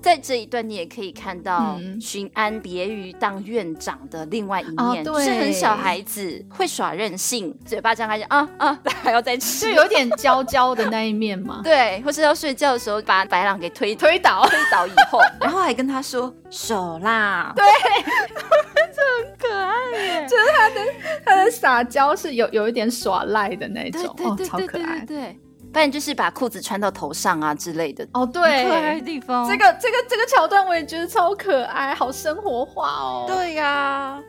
S1: 在这一段，你也可以看到
S4: 嗯
S1: 巡安别于当院长的另外一
S4: 哦
S1: 面，
S4: 对
S1: 就是很小孩子，会耍任性，嘴巴张开就啊啊，还要再
S4: 就
S1: 吃，
S4: 有点娇娇的那一 面嘛。
S1: 对，或是要睡觉的时候把白朗给推 推 倒，推倒以后，然后还跟他说手啦，对，
S4: 他的撒娇是有有一点耍赖的那种，
S1: 对对
S4: 哦，超
S1: 对
S4: 可
S1: 对对
S4: 爱。
S1: 对，不然就是把裤子穿到头上啊之类的，
S4: 哦，
S1: 很可爱
S4: 对
S1: 的，地方，
S4: 这个这个这个桥段我也觉得超可爱，好生活化哦。，
S1: 对呀、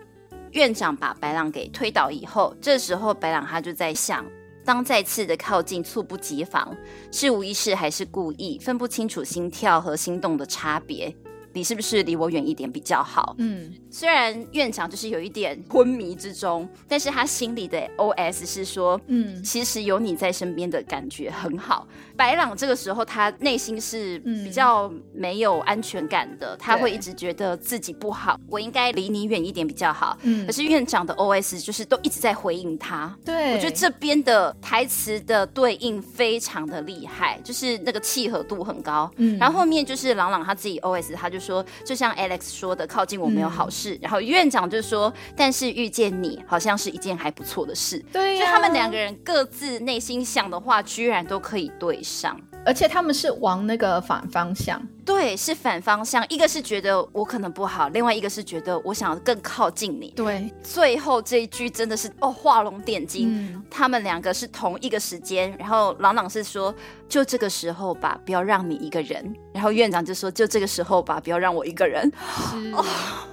S1: 院长把白朗给推倒以后，这时候白朗他就在想，当再次的靠近，猝不及防，是无意识还是故意，分不清楚心跳和心动的差别。你是不是离我远一点比较好？
S4: 嗯，
S1: 虽然院长就是有一点昏迷之中，但是他心里的 OS 是说，
S4: 嗯
S1: 其实有你在身边的感觉很好。白朗这个时候他内心是
S4: 嗯
S1: 比较没有安全感的，他
S4: 对
S1: 会一直觉得自己不好，我应该离你远一点比较好。
S4: 嗯
S1: 可是院长的 OS 就是都一直在回应他。
S4: 对，
S1: 我觉得这边的台词的对应非常的厉害，就是那个契合度很高。
S4: 嗯
S1: 然后后面就是朗朗他自己 OS，他就说，就像 Alex 说的，靠近我没有好
S4: 嗯
S1: 事。然后院长就说，但是遇见你好像是一件还不错的事。
S4: 对
S1: 所
S4: 呀、
S1: 以他们两个，人各自内心想的话，居然都可以对上。
S4: 而且他们是往那个反方向，
S1: 对，是反方向，一个是觉得我可能不好，另外一个是觉得我想更靠近你。
S4: 对，
S1: 最后这一句真的是哦，画龙点睛。
S4: 嗯，
S1: 他们两个是同一个时间，然后朗朗是说就这个时候吧，不要让你一个人。然后院长就说就这个时候吧，不要让我一个人。
S4: 是，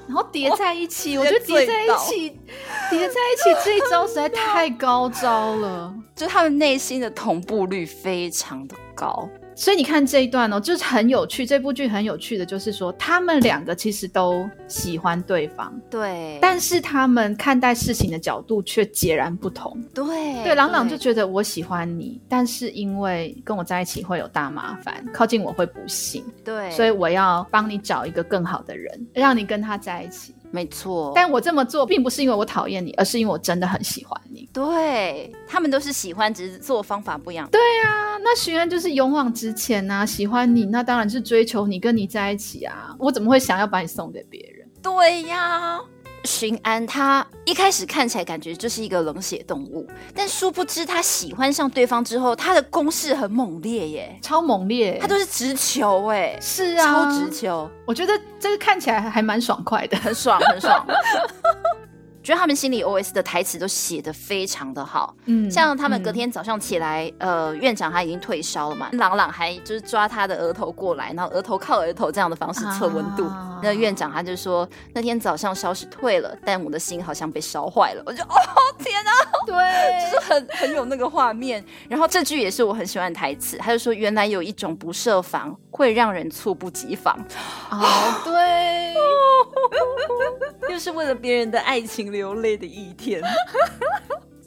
S4: 然后叠在一起，
S1: 哦
S4: 我觉得叠
S1: 直接
S4: 在
S1: 醉
S4: 一
S1: 倒
S4: 起，叠在一起这一招实在太高招了。
S1: 就他们内心的同步率非常的高。
S4: 所以你看这一段哦，就是很有趣。这部剧很有趣的就是说，他们两个其实都喜欢对方，
S1: 对，
S4: 但是他们看待事情的角度却截然不同。
S1: 对
S4: 对，朗朗就觉得我喜欢你，但是因为跟我在一起会有大麻烦，靠近我会不幸，
S1: 嗯对，
S4: 所以我要帮你找一个更好的人，让你跟他在一起。
S1: 没错，
S4: 但我这么做并不是因为我讨厌你，而是因为我真的很喜欢你。
S1: 对他们都是喜欢，只是做方法不一样。
S4: 对啊，那许愿就是勇往直前呐、喜欢你，那当然是追求你，跟你在一起啊。我怎么会想要把你送给别人？
S1: 对呀，巡安他一开始看起来感觉就是一个冷血动物，但殊不知他喜欢上对方之后，他的攻势很猛烈耶，
S4: 超猛烈、
S1: 他都是直球哎，
S4: 是啊，
S1: 超直球，
S4: 我觉得这个看起来还蛮爽 快的。
S1: 很爽很爽。觉得他们心里 OS 的台词都写得非常的好，
S4: 嗯
S1: 像他们隔、天早上起来，呃，院长他已经退烧了嘛，朗朗还就是抓他的额头过来，然后额头靠额头这样的方式测温度。
S4: 啊
S1: 那院长他就说，那天早上烧是退了，但我的心好像被烧坏了。我就哦天啊，
S4: 嗯 对，
S1: 就是很很有那个画面。然后这句也是我很喜欢的台词，他就说，原来有一种不设防会让人猝不及防，
S4: 哦，对，
S1: 又是为了别人的爱情流泪的一天。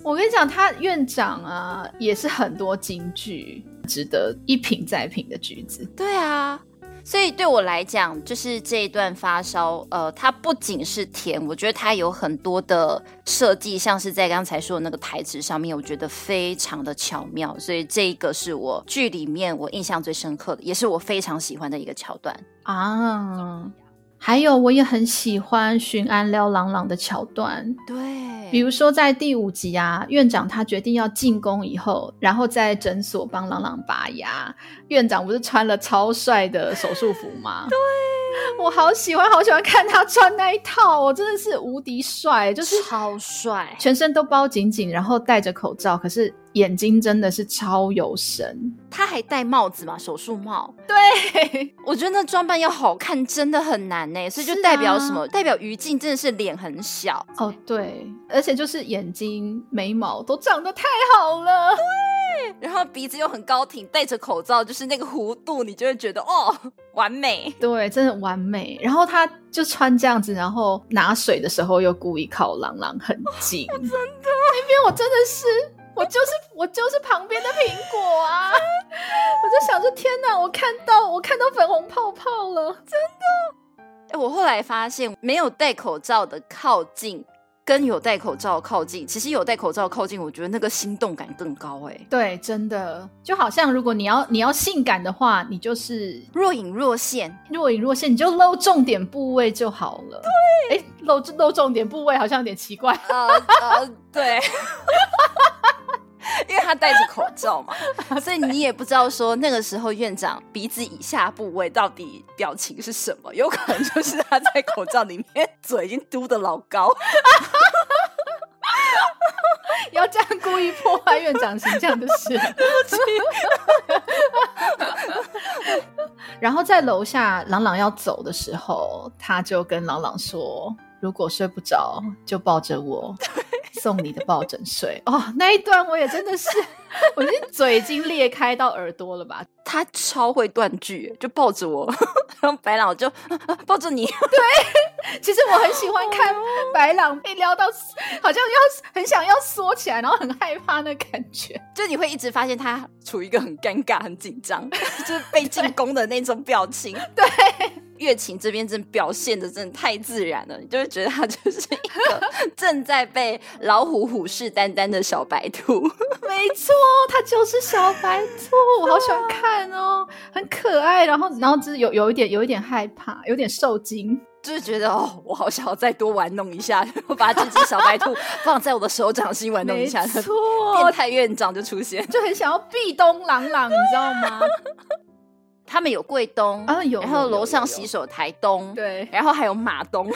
S4: 我跟你讲，他院长啊也是很多金句，值得一品再品的句子。
S1: 对啊，所以对我来讲，就是这一段发烧，呃，它不仅是甜，我觉得它有很多的设计，像是在刚才说的那个台词上面，我觉得非常的巧妙，所以这一个是我剧里面我印象最深刻的，也是我非常喜欢的一个桥段。
S4: 啊。还有，我也很喜欢巡安撩朗朗的桥段，
S1: 对
S4: 比如说在第五集啊，院长他决定要进宫以后，然后在诊所帮朗朗拔牙，院长不是穿了超帅的手术服 吗？对，我好喜欢，好喜欢看他穿那一套，我真的是无敌帅，就是
S1: 超帅，
S4: 全身都包紧紧，然后戴着口罩，可是眼睛真的是超有 神。
S1: 他还戴帽子嘛，手术帽。
S4: 对，
S1: 我觉得那装扮要好看真的很难呢、所以就是
S4: 啊
S1: 代表什么？代表于静真的是脸很小，
S4: 哦对，而且就是眼睛、眉毛都长得太好了。
S1: 然后鼻子又很高挺，戴着口罩，就是那个弧度，你就会觉得哦，完美。
S4: 对，真的完美。然后他就穿这样子，然后拿水的时候又故意靠朗朗很近。哦真的，那边我真的是，我就是我就是旁边的苹果啊！我就想说，天哪，我看到我看到粉红泡泡了。
S1: 哎，我后来发现，没有戴口罩的靠近，跟有戴口罩靠近，其实有戴口罩靠近，我觉得那个心动感更高。哎，
S4: 对，真的，就好像如果你要你要性感的话，你就是
S1: 若隐若现，
S4: 若隐若现，你就露重点部位就好了。对，哎，露露重点部位好像有点奇怪。
S1: 呃呃， 对。因为他戴着口罩嘛， 所以你也不知道说那个时候院长鼻子以下部位到底表情是什么，有可能就是他在口罩里面嘴已经嘟的老高，
S4: 要这样故意破坏院长形象的事。 然后在楼下，朗朗要走的时候，他就跟朗朗说：“如果睡不着，就抱着我，送你的抱枕睡。”哦，那一段我也真的是， 我的嘴已经裂开到耳朵了吧？
S1: 他超会断句，就抱着我， 然后白朗就、 啊啊抱着你，
S4: 其实我很喜欢看白朗被撩到，好像要很想要缩起来，然后很害怕那感觉。
S1: 就你会一直发现他处于一个很尴尬、很紧张， 就是被进攻的那种表 情。 对，月琴这边真的表现的真的太自然了，你就会觉得他就是一个正在被老虎虎视眈眈的小白兔。
S4: 没错，它就是小白兔，我好喜欢看哦，很可爱。然后，然后就是有有一点有一点害怕，有点受惊。
S1: 就是觉得哦，我好想要再多玩弄一下， 我把这只小白兔放在我的手掌心玩弄一
S4: 没
S1: 下，
S4: 错
S1: 变，态院长就出现。
S4: 就很想要壁咚朗朗，你知道 吗？
S1: 他们有贵东
S4: 啊有
S1: 然
S4: 有
S1: 后
S4: 有
S1: 楼上
S4: 有
S1: 洗手台东，
S4: 对，
S1: 然后还有马 东，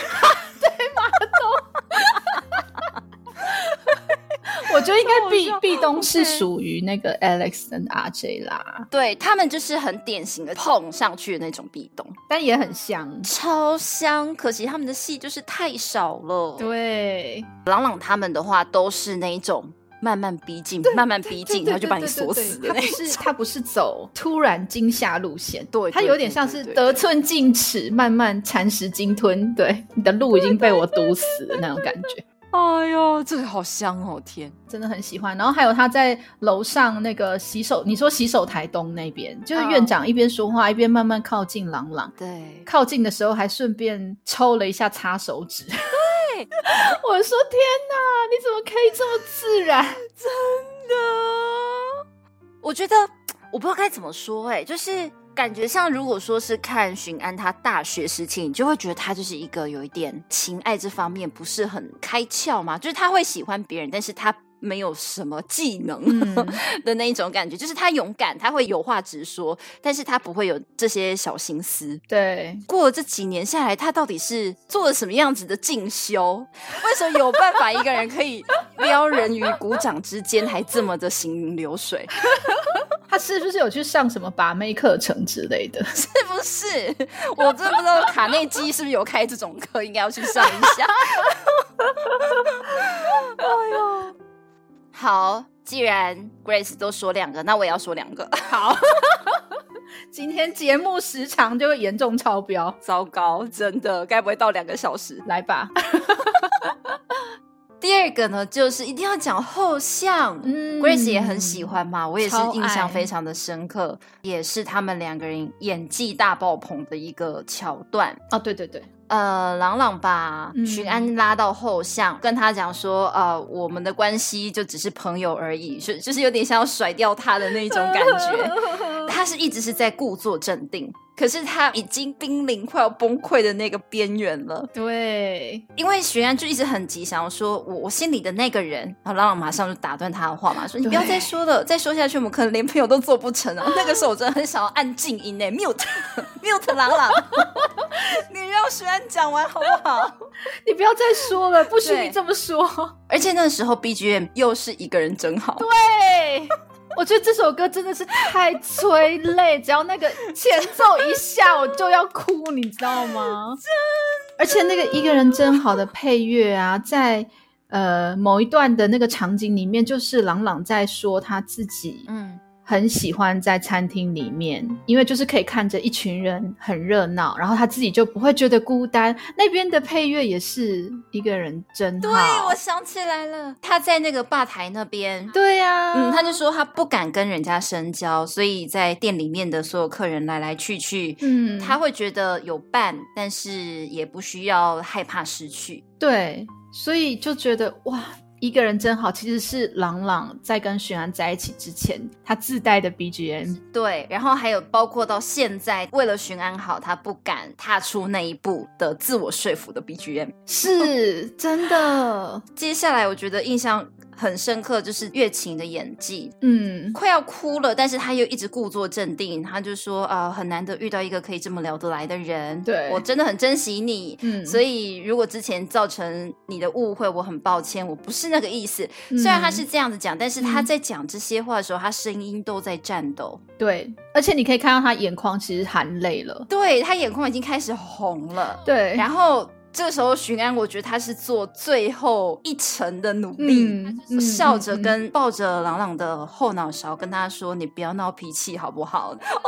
S4: 我觉得应该壁
S1: 好笑
S4: 壁咚是属于那个 Alex 跟 RJ 啦，
S1: 对他们就是很典型的碰上去的那种壁咚，
S4: 但也很像。
S1: 超香。可惜他们的戏就是太少了。，
S4: 对，
S1: 朗朗他们的话都是那一种慢慢逼近，慢慢逼近，然后就把你锁死的
S4: 他
S1: 那
S4: 不
S1: 种。
S4: 是他不是走突然惊吓路线，
S1: 对
S4: 他
S1: 对
S4: 有
S1: 对
S4: 点像是
S1: 对对
S4: 得寸进尺，慢慢蚕食鲸吞。对，你的路已经被我堵死的那种感觉，
S1: 哎呦，这个好香哦！天，
S4: 真的很喜欢。然后还有他在楼上那个洗手，你说洗手台东那边，就是
S1: 嗯
S4: 院长一边说话一边慢慢靠近朗朗。
S1: 对，
S4: 靠近的时候还顺便抽了一下擦手指。对， 我说天哪，你怎么可以这么自然？
S1: 我觉得我不知道该怎么说、哎，就是感觉像如果说是看巡安他大学时期，你就会觉得他就是一个有一点情爱这方面不是很开窍嘛，就是他会喜欢别人，但是他没有什么技能。
S4: 嗯，
S1: 的那一种感觉，就是他勇敢，他会有话直说，但是他不会有这些小心思。
S4: 对，
S1: 过了这几年下来，他到底是做了什么样子的进修？为什么有办法一个人可以撩人于股掌之间，还这么的行云流水？
S4: 他是不是有去上什么把妹课程之类 的？
S1: 是不是？我真的不知道卡内基是不是有开这种课，应该要去上一下。哎呦，好，既然 Grace 都说两个，那我也要说两个。好。
S4: 今天节目时长就会严重超标，
S1: 糟糕，真的，该不会到两个小时？
S4: 来吧。
S1: 啊第二个呢，就是一定要讲后巷。
S4: 嗯
S1: Grace 也很喜。欢嘛，我也是
S4: 超
S1: 印象
S4: 爱
S1: 非常的深刻，也是他们两个人演技大爆棚的一个桥段。
S4: 哦，对对对，
S1: 呃，朗朗把
S4: 嗯
S1: 巡安拉到后巷，跟他讲说，呃，我们的关系就只是朋友而已，就就是有点像要甩掉他的那一种感 觉。 他是一直是在故作镇定，可是他已经濒临快要崩溃的那个边缘了。
S4: 对，
S1: 因为许安就一直很急，想要说我我心里的那个人，然后朗朗马上就打断他的话嘛，说你不要再说了，再说下去我们可能连朋友都做不成了、啊那个时候我真的很想要按静音呢、m u t e mute 朗朗， 你让许安讲完好不好？
S4: 你不要再说了，不许
S1: 对
S4: 你这么说。
S1: 而且那时候 BGM 又是一个人真好，
S4: 对。我觉得这首歌真的是太催泪，只要那个前奏一下，我就要哭，你知道吗？而且那个一个人真好的配乐啊，在呃某一段的那个场景里面，就是朗朗在说他自己，
S1: 嗯，
S4: 很喜欢在餐厅里面，因为就是可以看着一群人很热闹，然后他自己就不会觉得孤单。那边的配乐也是一个人真
S1: 对，
S4: 好
S1: 我，想起来了，他在那个吧台那边。
S4: 对啊呀、
S1: 嗯，他就说他不敢跟人家深交，所以在店里面的所有客人来来去去，
S4: 嗯，
S1: 他会觉得有伴，但是也不需要害怕失去。
S4: 对，所以就觉得哇，一个人真好。其实是朗朗在跟许安在一起之前，他自带的 BGM，
S1: 对，然后还有包括到现在，为了巡安好，他不敢踏出那一步的自我说服的 BGM。
S4: 是真的，
S1: 接下来我觉得印象很深刻，就是月琴的演技，
S4: 嗯，
S1: 快要哭了，但是他又一直故作镇定，他就说啊、呃很难得遇到一个可以这么聊得来的人，
S4: 对
S1: 我真的很珍惜你。
S4: 嗯
S1: 所以，如果之前造成你的误会，我很抱歉，我不是那个意思。
S4: 嗯
S1: 虽然他是这样子讲，但是他
S4: 嗯
S1: 在讲这些话的时候，他声音都在颤抖，
S4: 对，而且你可以看到他眼眶其实含泪了，
S1: 对他眼眶已经开始红了。
S4: 对，
S1: 然后这个时候，巡安我觉得他是做最后一程的努力，
S4: 嗯，
S1: 我
S4: 嗯
S1: 笑着
S4: 嗯
S1: 跟抱着朗朗的后脑勺，跟他说：“你不要闹脾气，好不好？”
S4: 我很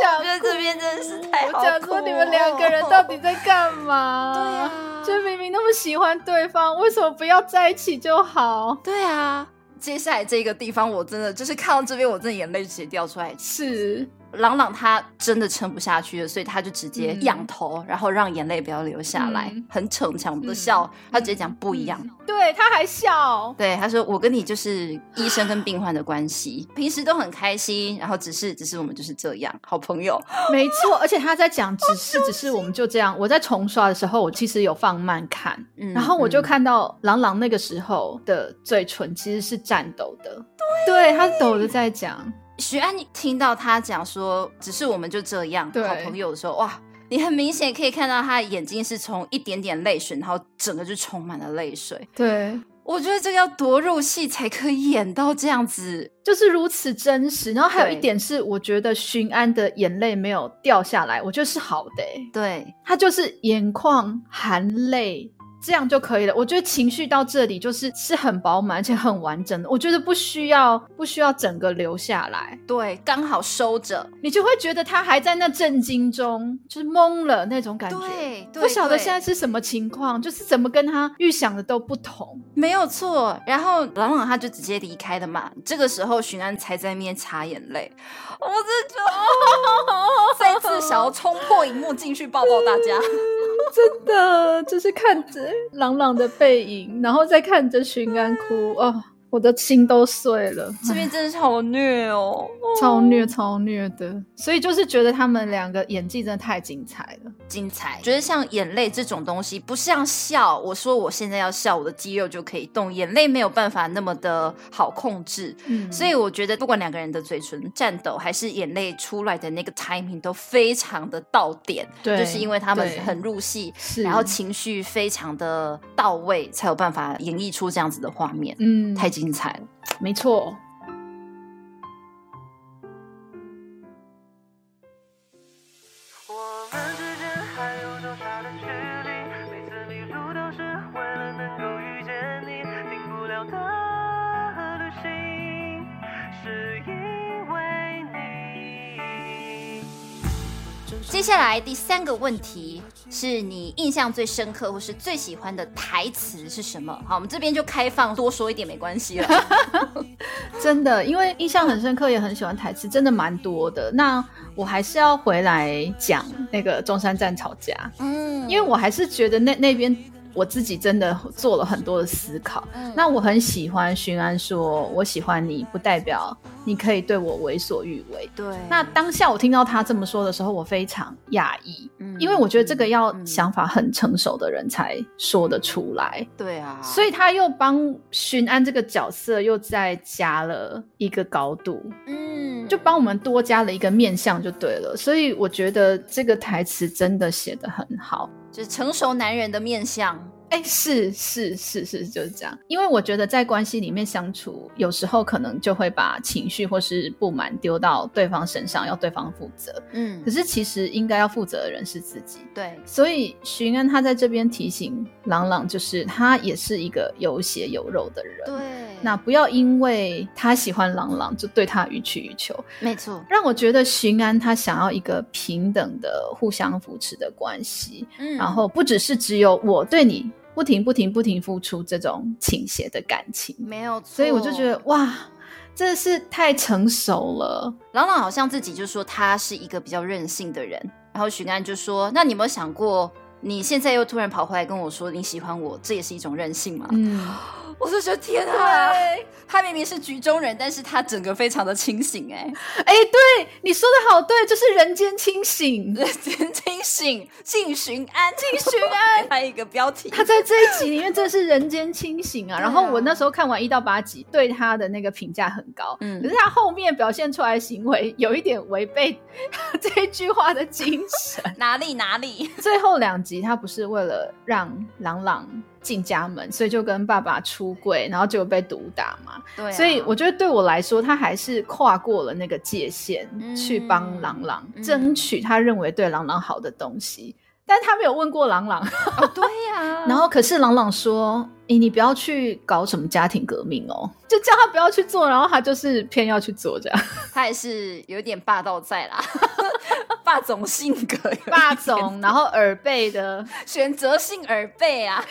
S4: 想
S1: 哦我觉得这边真的是太好
S4: 我想说
S1: 哭
S4: 你们两个人到底在干
S1: 哦
S4: 嘛？
S1: 对啊，
S4: 就明明那么喜欢对方，为什么不要在一起就好？
S1: 对啊。接下来这个地方，我真的就是看到这边，我真的眼泪直接掉出来。
S4: 是，
S1: 朗朗他真的撑不下去了，所以他就直接
S4: 嗯
S1: 仰头，然后让眼泪不要流下来，
S4: 嗯
S1: 很逞强的笑。他直接讲不一样，
S4: 对，他还笑，
S1: 对他说：“我跟你就是医生跟病患的关系，平时都很开心，然后只是只是我们就是这样，好朋友。
S4: 没错，而且他在讲，只是只是我们就这样。我在重刷的时候，我其实有放慢看，
S1: 嗯”
S4: 然后我就
S1: 嗯
S4: 看到朗朗那个时候的嘴唇其实是颤抖的，对他抖着在讲，
S1: 许安听到他讲说，只是我们就这样
S4: 对
S1: 好朋友的时候，哇，你很明显可以看到他的眼睛是从一点点泪水，然后整个就充满了泪水。
S4: 对，
S1: 我觉得这个要多入戏才可以演到这样子，
S4: 就是如此真实。然后还有
S1: 对
S4: 一点是，我觉得勋安的眼泪没有掉下来，我觉得是好的欸、
S1: 对
S4: 他就是眼眶含泪，这样就可以了。我觉得情绪到这里就是是很饱满，而且很完整的。我觉得不需要不需要整个留下来，
S1: 对，刚好收着，
S4: 你就会觉得他还在那震惊中，就是懵了那种感觉。
S1: 对，对
S4: 不晓得
S1: 对
S4: 现在是什么情况，就是怎么跟他预想的都不同。
S1: 没有错。然后朗朗他就直接离开了嘛。这个时候，许安才在面擦眼泪，我这就、 哦、再次想要冲破荧幕进去抱抱大家。
S4: 真的就是看着朗朗的背影，然后再看着寻安哭，哦，我的心都碎了，
S1: 这边真的是好虐哦，
S4: 超虐超虐的。所以就是觉得他们两个演技真的太精彩了。
S1: 精彩。觉得像眼泪这种东西，不像笑。我说我现在要笑，我的肌肉就可以动，眼泪没有办法那么的好控制。
S4: 嗯
S1: 所以我觉得，不管两个人的嘴唇颤抖，还是眼泪出来的那个 timing 都非常的到点，
S4: 对
S1: 就是因为他们
S4: 对
S1: 很入戏，
S4: 是
S1: 然后情绪非常的到位，才有办法演绎出这样子的画面，
S4: 嗯，
S1: 太精彩了。
S4: 没错。
S5: 我们之间还有多少的距离？每次迷路都是为了能够遇见你，停不了的旅行是因为你。
S1: 接下来第三个问题是你印象最深刻或是最喜欢的台词是什么？好，我们这边就开放多说一点没关系了。
S4: 真的，因为印象很深刻，也很喜欢台词，真的蛮多的。那我还是要回来讲那个中山站吵架，
S1: 嗯，
S4: 因为我还是觉得那那边我自己真的做了很多的思考。
S1: 嗯
S4: 那我很喜欢巡安说，我喜欢你不代表你可以对我为所欲为。
S1: 对，
S4: 那当下我听到他这么说的时候，我非常讶异，
S1: 嗯
S4: 因为我觉得这个要
S1: 嗯
S4: 想法很成熟的人才说得出来。
S1: 对啊，
S4: 所
S1: 以
S4: 以他又帮巡安这个角色又再加了一个高度，
S1: 嗯，
S4: 就帮我们多加了一个面相就对了。所以我觉得这个台词真的写得很好。
S1: 就是成熟男人的面相。
S4: 哎，是是是是，就是这样。因为我觉得在关系里面相处，有时候可能就会把情绪或是不满丢到对方身上，要对方负责。
S1: 嗯
S4: 可，是其实应该要负责的人是自己。
S1: 对，
S4: 所以徐恩他在这边提醒朗朗，就是他也是一个有血有肉的人。
S1: 对，
S4: 那不要因为他喜欢朗朗就对他予取予求，
S1: 没错，
S4: 让我觉得巡安他想要一个平等的、互相扶持的关系，
S1: 嗯，
S4: 然后不只是只有我对你不停、不停、不停付出这种倾斜的感情，
S1: 没有错，
S4: 所以我就觉
S1: 哦
S4: 得哇，真的是太成熟了。
S1: 朗朗好像自己就说他是一个比较任性的人，然后许安就说：“那你有没有想过，你现在又突然跑回来跟我说你喜欢我，这也是一种任性吗？”
S4: 嗯，
S1: 我就觉得天啊，他明明是局中人，但是他整个非常的清醒、欸，
S4: 哎，对，你说的好，对，就是人间 清醒。
S1: 哎， 清醒，敬巡安，敬巡安，还有一个标题，
S4: 啊他在这一集里面真的是人间清醒啊！
S1: 对啊
S4: 然后我那时候看完一到八集，对他的那个评价很高，
S1: 嗯
S4: 可是他后面表现出来的行为有一点违背 这一句话的精神。
S1: 哪里哪里，
S4: 最后两集他不是为了让朗朗进家门，所以就跟爸爸出柜，然后就被毒打嘛。
S1: 对啊、
S4: 所以我觉得对我来说，他还是跨过了那个界限，
S1: 嗯
S4: 去帮朗朗
S1: 嗯
S4: 争取他认为对朗朗好的东西。但他没有问过朗朗，
S1: 哦，对呀、
S4: 然后可是朗朗说：“诶、你不要去搞什么家庭革命哦，就叫他不要去做。”然后他就是偏要去做，这样
S1: 他也是有点霸道在啦， 霸总性格，
S4: 霸 总，然后耳背的。
S1: 选择性耳背啊，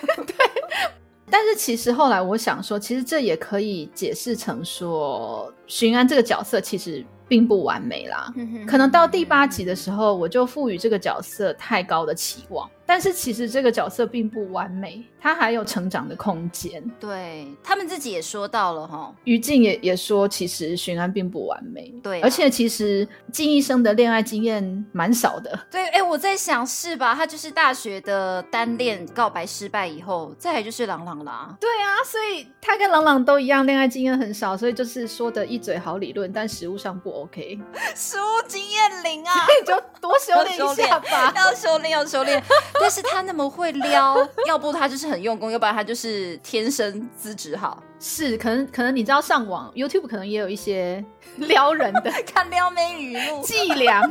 S4: 但是其实后来我想说，其实这也可以解释成说，巡安这个角色其实并不完美啦。
S1: 嗯
S4: 可能到第八集的时候，我就赋予这个角色太高的期望，但是其实这个角色并不完美，他还有成长的空间。
S1: 对他们自己也说到了哈，
S4: 于静也也说，其实巡安并不完美，
S1: 对啊
S4: 而且其实金医生的恋爱经验蛮少的，
S1: 对，哎、我在想是吧？他就是大学的单恋告白失败以后，再来就是朗朗 啦。
S4: 对啊，所以他跟朗朗都一样，恋爱经验很少，所以就是说的一嘴好理论，但实物上不 OK，
S1: 实务经验零啊，。
S4: 你就多修炼一下吧
S1: 要修炼，要修 炼。但是他那么会撩， 要不他就是很用功，要不然他就是天生资质好。
S4: 是，可能可能你知道上网 YouTube 可能也有一些撩人 的
S1: 看撩妹语录，
S4: 伎俩，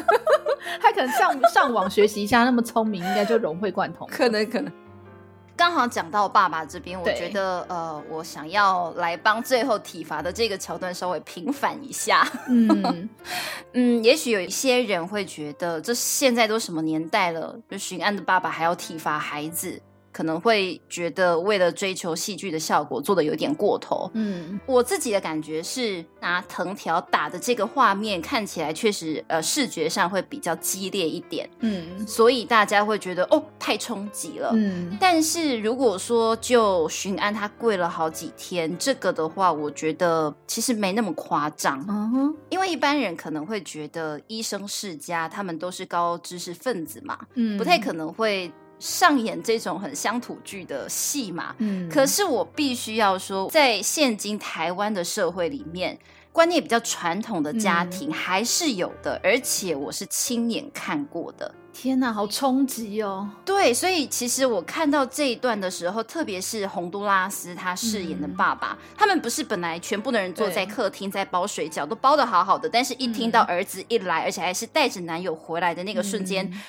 S4: 他可能上上网学习一下，那么聪明应该就融会贯通。
S1: 可能可能。刚好讲到爸爸这边，我
S4: 对
S1: 觉得呃，我想要来帮最后体罚的这个桥段稍微平反一下。
S4: 嗯，
S1: 嗯，也许有一些人会觉得，这现在都什么年代了，就巡案的爸爸还要体罚孩子，可能会觉得为了追求戏剧的效果，做的有点过头。
S4: 嗯，
S1: 我自己的感觉是，拿藤条打的这个画面看起来确实，呃，视觉上会比较激烈一点，
S4: 嗯，
S1: 所以大家会觉得哦，太冲击了。
S4: 嗯，
S1: 但是如果说就巡安他跪了好几天这个的话，我觉得其实没那么夸张，
S4: 哦，
S1: 因为一般人可能会觉得医生世家他们都是高知识分子嘛，
S4: 嗯，
S1: 不太可能会上演这种很乡土剧的戏嘛。
S4: 嗯，
S1: 可是我必须要说，在现今台湾的社会里面，观念比较传统的家
S4: 嗯
S1: 庭还是有的，而且我是亲眼看过的。
S4: 天哪，好冲击哦，
S1: 对，所以其实我看到这一段的时候，特别是洪都拉斯他饰演的爸爸，他们不是本来全部的人坐在
S4: 嗯对
S1: 客厅在包水饺，都包的好好的，但是一听到
S4: 嗯
S1: 儿子一来，而且还是带着男友回来的那个瞬间，
S4: 嗯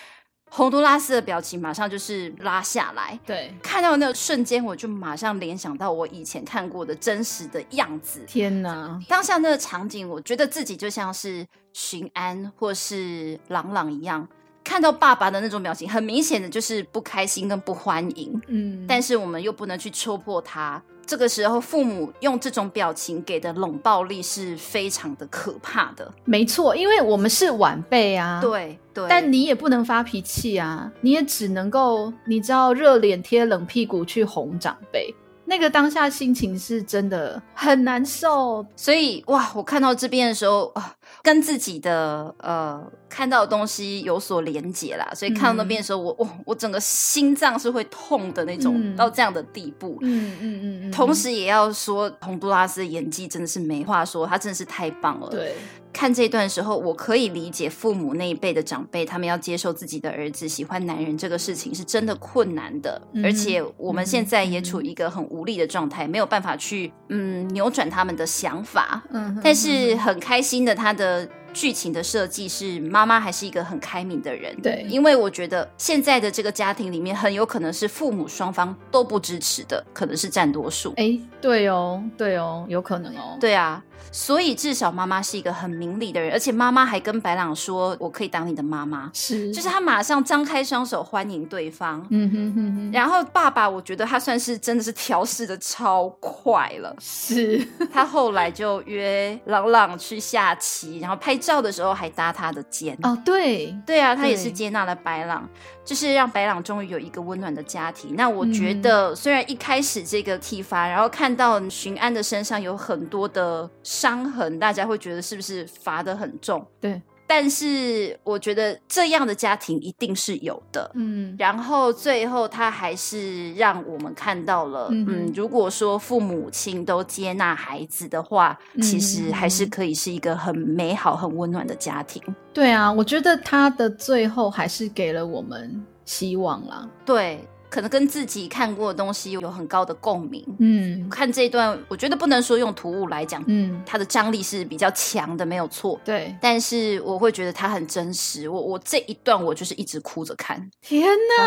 S1: 洪都拉斯的表情马上就是拉下来。
S4: 对，
S1: 看到那个瞬间，我就马上联想到我以前看过的真实的样子。
S4: 天哪，
S1: 当下那个场景，我觉得自己就像是巡安或是朗朗一样，看到爸爸的那种表情，很明显的就是不开心跟不欢迎。
S4: 嗯，
S1: 但是我们又不能去戳破他。这个时候，父母用这种表情给的冷暴力是非常的可怕的。
S4: 没错，因为我们是晚辈啊，。
S1: 对对，
S4: 但你也不能发脾气啊，你也只能够，你知道热脸贴冷屁股去哄长辈，那个当下心情是真的很难受。
S1: 所以哇，我看到这边的时候，啊、跟自己的呃看到的东西有所连结啦。所以看到那边的时候，我我我整个心脏是会痛的那种，
S4: 嗯
S1: 到这样的地步。
S4: 嗯嗯嗯嗯
S1: 同时也要说，洪都拉斯的演技真的是没话说，他真的是太棒了。，
S4: 对，
S1: 看这段时候，我可以理解父母那一辈的长辈，他们要接受自己的儿子喜欢男人这个事情是真的困难的，
S4: 嗯
S1: 而且我们现在也
S4: 嗯
S1: 处于一个很无力的状态，没有办法去嗯扭转他们的想法。
S4: 嗯，
S1: 但是很开心的，他的剧情的设计是妈妈还是一个很开明的人。
S4: 对
S1: 因为我觉得现在的这个家庭里面，很有可能是父母双方都不支持的，可能是占多数。
S4: 哎，对哦，对哦，有可能哦。，
S1: 对啊，所以至少妈妈是一个很明理的人，而且妈妈还跟白朗说：“我可以当你的妈妈。”
S4: 是，
S1: 就是，他马上张开双手欢迎对方。
S4: 嗯哼哼哼，
S1: 然后爸爸，我觉得他算是真的是调试的超快了。
S4: 是，
S1: 他后来就约朗朗去下棋，然后拍照的时候还搭他的肩。
S4: 哦，对，
S1: 对啊，他也是
S4: 对
S1: 接纳了白朗，就是让白朗终于有一个温暖的家庭。那我觉
S4: 嗯
S1: 得，虽然一开始这个体罚，然后看到巡安的身上有很多的伤痕，大家会觉得是不是罚得很重？
S4: 对，
S1: 但是我觉得这样的家庭一定是有的。
S4: 嗯，
S1: 然后最后，他还是让我们看到了，
S4: 嗯
S1: 嗯
S4: 哼
S1: 如果说父母亲都接纳孩子的话，其实还是
S4: 嗯
S1: 可以是一个很美好、很温暖的家庭。
S4: 对啊，我觉得他的最后还是给了我们希望啦。
S1: 对，可能跟自己看过的东西有很高的共鸣。
S4: 嗯
S1: 看这一段，我觉得不能说用突兀来讲，
S4: 嗯，
S1: 它的张力是比较强的，没有错。
S4: 对，
S1: 但是我会觉得它很真实，我我这一段我就是一直哭着看，
S4: 天
S1: 啊
S4: 哪，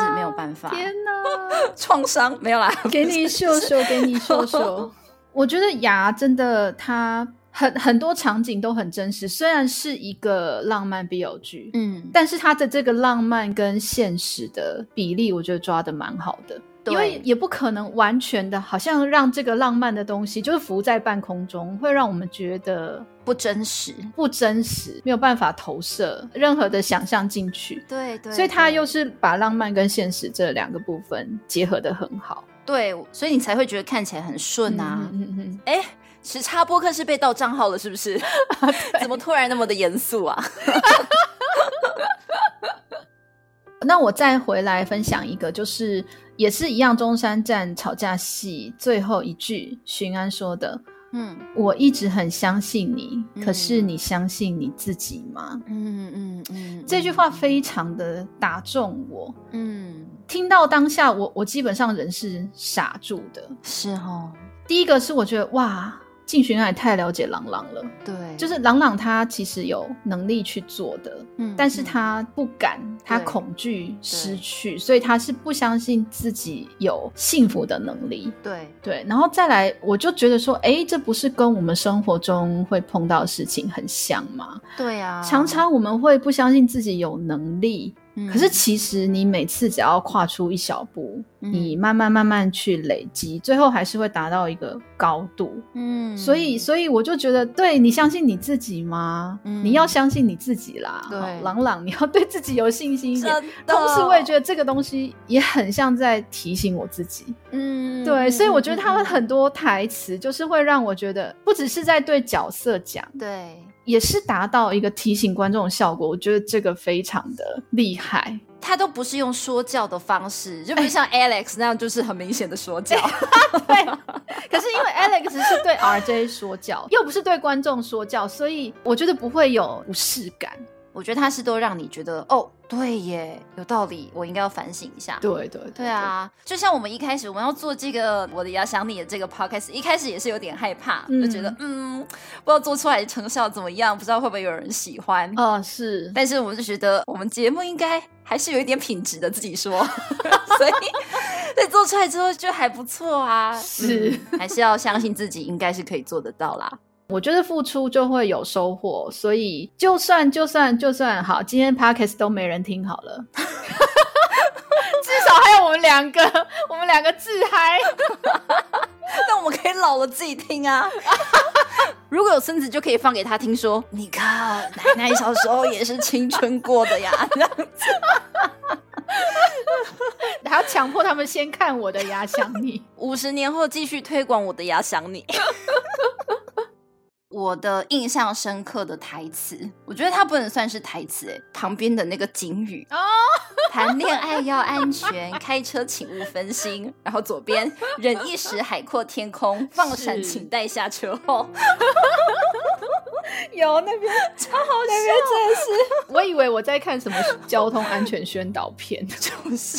S1: 真是没有办法，
S4: 天哪，
S1: 创伤没有啦，
S4: 给你秀秀，给你秀秀。 我觉得牙真的，它很很多场景都很真实，虽然是一个浪漫 BL 剧，
S1: 嗯，
S4: 但是它的这个浪漫跟现实的比例，我觉得抓的蛮好的。
S1: 对
S4: 因为也不可能完全的，好像让这个浪漫的东西就是浮在半空中，会让我们觉得
S1: 不真实，
S4: 不真实，没有办法投射任何的想象进去。
S1: 对对
S4: 所以它
S1: 对
S4: 又是把浪漫跟现实这两个部分结合的很好。
S1: 对，所以你才会觉得看起来很顺啊。
S4: 嗯嗯嗯
S1: 哎、时差播客是被盗账号了是不 是？怎么突然那么的严肃啊？
S4: 那我再回来分享一个，就是也是一样，中山站吵架戏最后一句，巡安说的
S1: 嗯：“
S4: 我一直很相信你，
S1: 嗯
S4: 可是你相信你自己吗
S1: 嗯嗯嗯，？”
S4: 这句话非常的打中我。
S1: 嗯
S4: 听到当下，我我基本上人是傻住的。
S1: 是哦，
S4: 第一个是我觉得哇，靳寻安也太了解郎朗了，
S1: 对，
S4: 就是是郎朗他其实有能力去做的，
S1: 嗯
S4: 但是
S1: 嗯
S4: 他不敢，他
S1: 对
S4: 恐惧失去，所以他是不相信自己有幸福的能力。
S1: 对
S4: 对，然后再来，我就觉得说，哎，这不是跟我们生活中会碰到的事情很像吗？
S1: 对啊，
S4: 常常我们会不相信自己有能力，
S1: 嗯，
S4: 可是其实你每次只要跨出一小步，
S1: 嗯
S4: 你慢慢慢慢去累积，最后还是会达到一个高度。
S1: 嗯，
S4: 所以，所以我就觉得，对你相信你自己吗？
S1: 嗯
S4: 你要相信你自己啦。
S1: 对
S4: 好朗朗，你要对自己有信心一点。
S1: 真的，
S4: 同时，我也觉得这个东西也很像在提醒我自己。
S1: 嗯，
S4: 对，
S1: 嗯
S4: 所以我觉得他们
S1: 嗯嗯
S4: 很多台词就是会让我觉得，不只是在对角色讲，
S1: 嗯对。
S4: 也是达到一个提醒观众的效果。我觉得这个非常的厉 害。
S1: 他都不是用说教的方式，就不是像 Alex 那样，就是很明显的说 教。
S4: 对，可是因为 Alex 是对 RJ 说教，又不是对观众说教，所以我觉得不会有不适感。
S1: 我觉得他是都让你觉得，哦，对耶，有道理，我应该要反省一下。
S4: 对对对
S1: 对，啊，就像我们一开始我们要做这个《我的牙想你》的这个 podcast，一开始也是有点害怕，
S4: 嗯
S1: 就觉得嗯，不知道做出来的成效怎么样，不知道会不会有人喜欢。
S4: 哦、是，
S1: 但是我们就觉得我们节目应该还是有一点品质的，自己说， 所以在做出来之后就还不错啊。
S4: 是
S1: 嗯还是要相信自己，应该是可以做得到啦。
S4: 我觉得付出就会有收获，所以就算就算就算好，今天 podcast 都没人听好了，至少还有我们两个， 我们两个自嗨。
S1: 那我们可以老了自己听啊。 如果有孙子，就可以放给他听说，你看奶奶小时候也是青春过的 呀。这样
S4: 还要强迫他们先看我的牙想你。
S1: 五十年后继续推广我的牙想你。 我的印象深刻的台词，我觉得它不能算是台词，哎，旁边的那个警语
S4: 哦
S1: 谈恋爱要安全，开车请勿分心。然后左边忍一时海阔天空，放闪
S4: 是
S1: 请待下车后。
S4: 有那边超好笑，那边真的是，我以为我在看什么交通安全宣导片，
S1: 就是。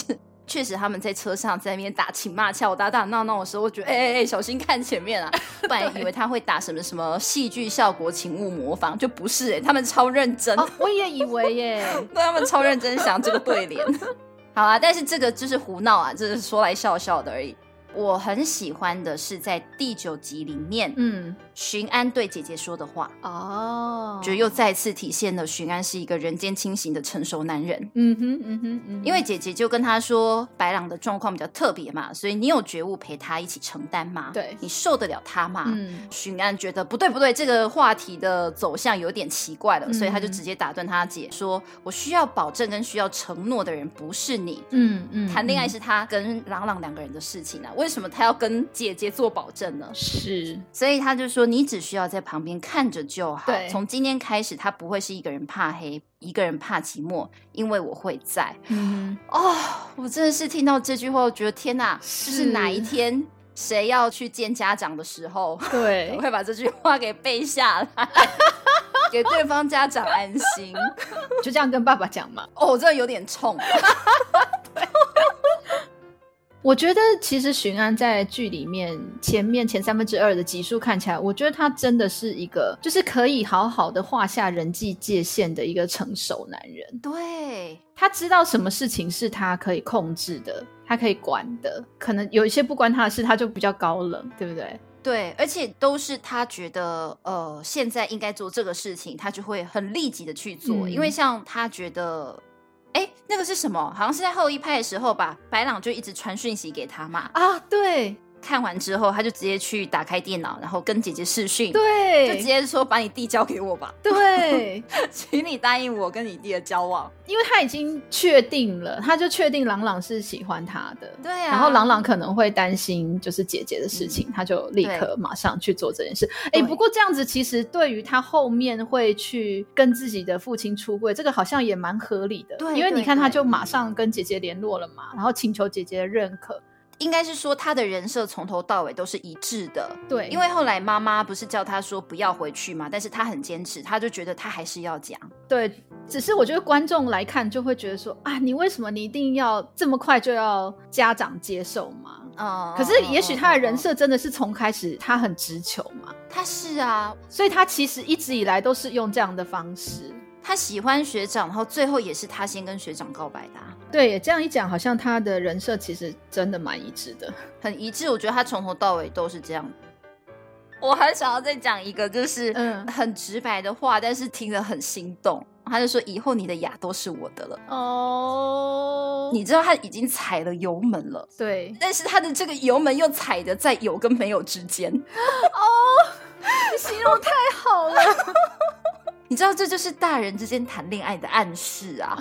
S1: 确实，他们在车上在那边打情骂俏、打打闹闹的时候，我觉得哎哎哎，小心看前面 啊！不然以为他会打什么什么戏剧效果，请勿模仿，就不是哎、他们超认真，
S4: 哦，我也以为耶，
S1: 对他们超认真想这个对联。 好啊，但是这个就是胡闹啊，这是说来笑笑的而已。我很喜欢的是在第九集里面，
S4: 嗯，
S1: 巡安对姐姐说的话，
S4: 哦
S1: 就又再次体现了巡安是一个人间清醒的成熟男人。
S4: 嗯哼嗯哼嗯哼，
S1: 因为姐姐就跟他说，白朗的状况比较特别嘛，所以你有觉悟陪他一起承担吗？
S4: 对
S1: 你受得了他吗？
S4: 嗯
S1: 巡安觉得不对不对，这个话题的走向有点奇怪了，
S4: 嗯
S1: 所以他就直接打断他姐说：“我需要保证跟需要承诺的人不是你。
S4: 嗯嗯
S1: 谈恋爱是他跟朗朗两个人的事情啊，为什么他要跟姐姐做保证呢？
S4: 是
S1: 所以他就说，你只需要在旁边看着就好
S4: 对。
S1: 从今天开始，他不会是一个人怕黑，一个人怕寂寞，因为我会在。
S4: 嗯
S1: 哦，我真的是听到这句话，我觉得天哪，就是
S4: 是
S1: 哪一天谁要去见家长的时 候，
S4: 哼
S1: 我
S4: 对。
S1: 会把这句话给背下 来，给对方家长安心。
S4: 就这样跟爸爸讲嘛。
S1: 哦，我真的有点冲，
S4: 我觉得其实巡安在剧里面前面前三分之二的集数看起来，我觉得他真的是一个就是可以好好的画下人际界限的一个成熟男人。
S1: 对，
S4: 他知道什么事情是他可以控制的，他可以管的。可能有一些不关他的事，他就比较高冷，对不对？
S1: 对，而且都是他觉得呃，现在应该做这个事情，他就会很立即的去做，
S4: 嗯
S1: 因为像他觉得。哎，那个是什么？好像是在后一派的时候吧，白朗就一直传讯息给他嘛。
S4: 啊，对
S1: 看完之后，他就直接去打开电脑，然后跟姐姐视讯，就直
S4: 对
S1: 接说把你弟交给我吧，
S4: 对，
S1: 请你答应我跟你弟的交往。
S4: 因为他已经确定了，他就确定朗朗是喜欢他的。
S1: 对啊，
S4: 然后朗朗可能会担心就是姐姐的事情，他就立刻
S1: 对
S4: 马上去做这件事。哎，
S1: 对
S4: 不过这样子其实对于他后面会去跟自己的父亲出柜，这个好像也蛮合理的。
S1: 对
S4: 因为你看
S1: 对
S4: 他
S1: 对
S4: 就马上跟姐姐联络了嘛，然后请求姐姐的认可。
S1: 应该是说他的人设从头到尾都是一致的。
S4: 对，
S1: 因为后来妈妈不是叫他说不要回去嘛，但是他很坚持，他就觉得他还是要讲。
S4: 对，只是我觉得观众来看就会觉得说啊，你为什么你一定要这么快就要家长接受嘛？
S1: 嗯，
S4: 可是也许他的人
S1: 嗯，
S4: 设真的是从开始他很直球嘛，
S1: 嗯嗯他是啊，
S4: 所以他其实一直以来都是用这样的方式。
S1: 他喜欢学长，然后最后也是他先跟学长告白的啊、
S4: 对，这样一讲，好像他的人设其实真的蛮一致的。
S1: 很一致。我觉得他从头到尾都是这样。我还想要再讲一个，就是
S4: 嗯
S1: 很直白的话，但是听得很心动。他就说：“以后你的牙都是我的了。
S4: 哦”
S1: 你知道他已经踩了油门了，
S4: 对
S1: 但是他的这个油门又踩的在有跟没有之间。
S4: 形容太好了，
S1: 你知道这就是大人之间谈恋爱的暗示啊。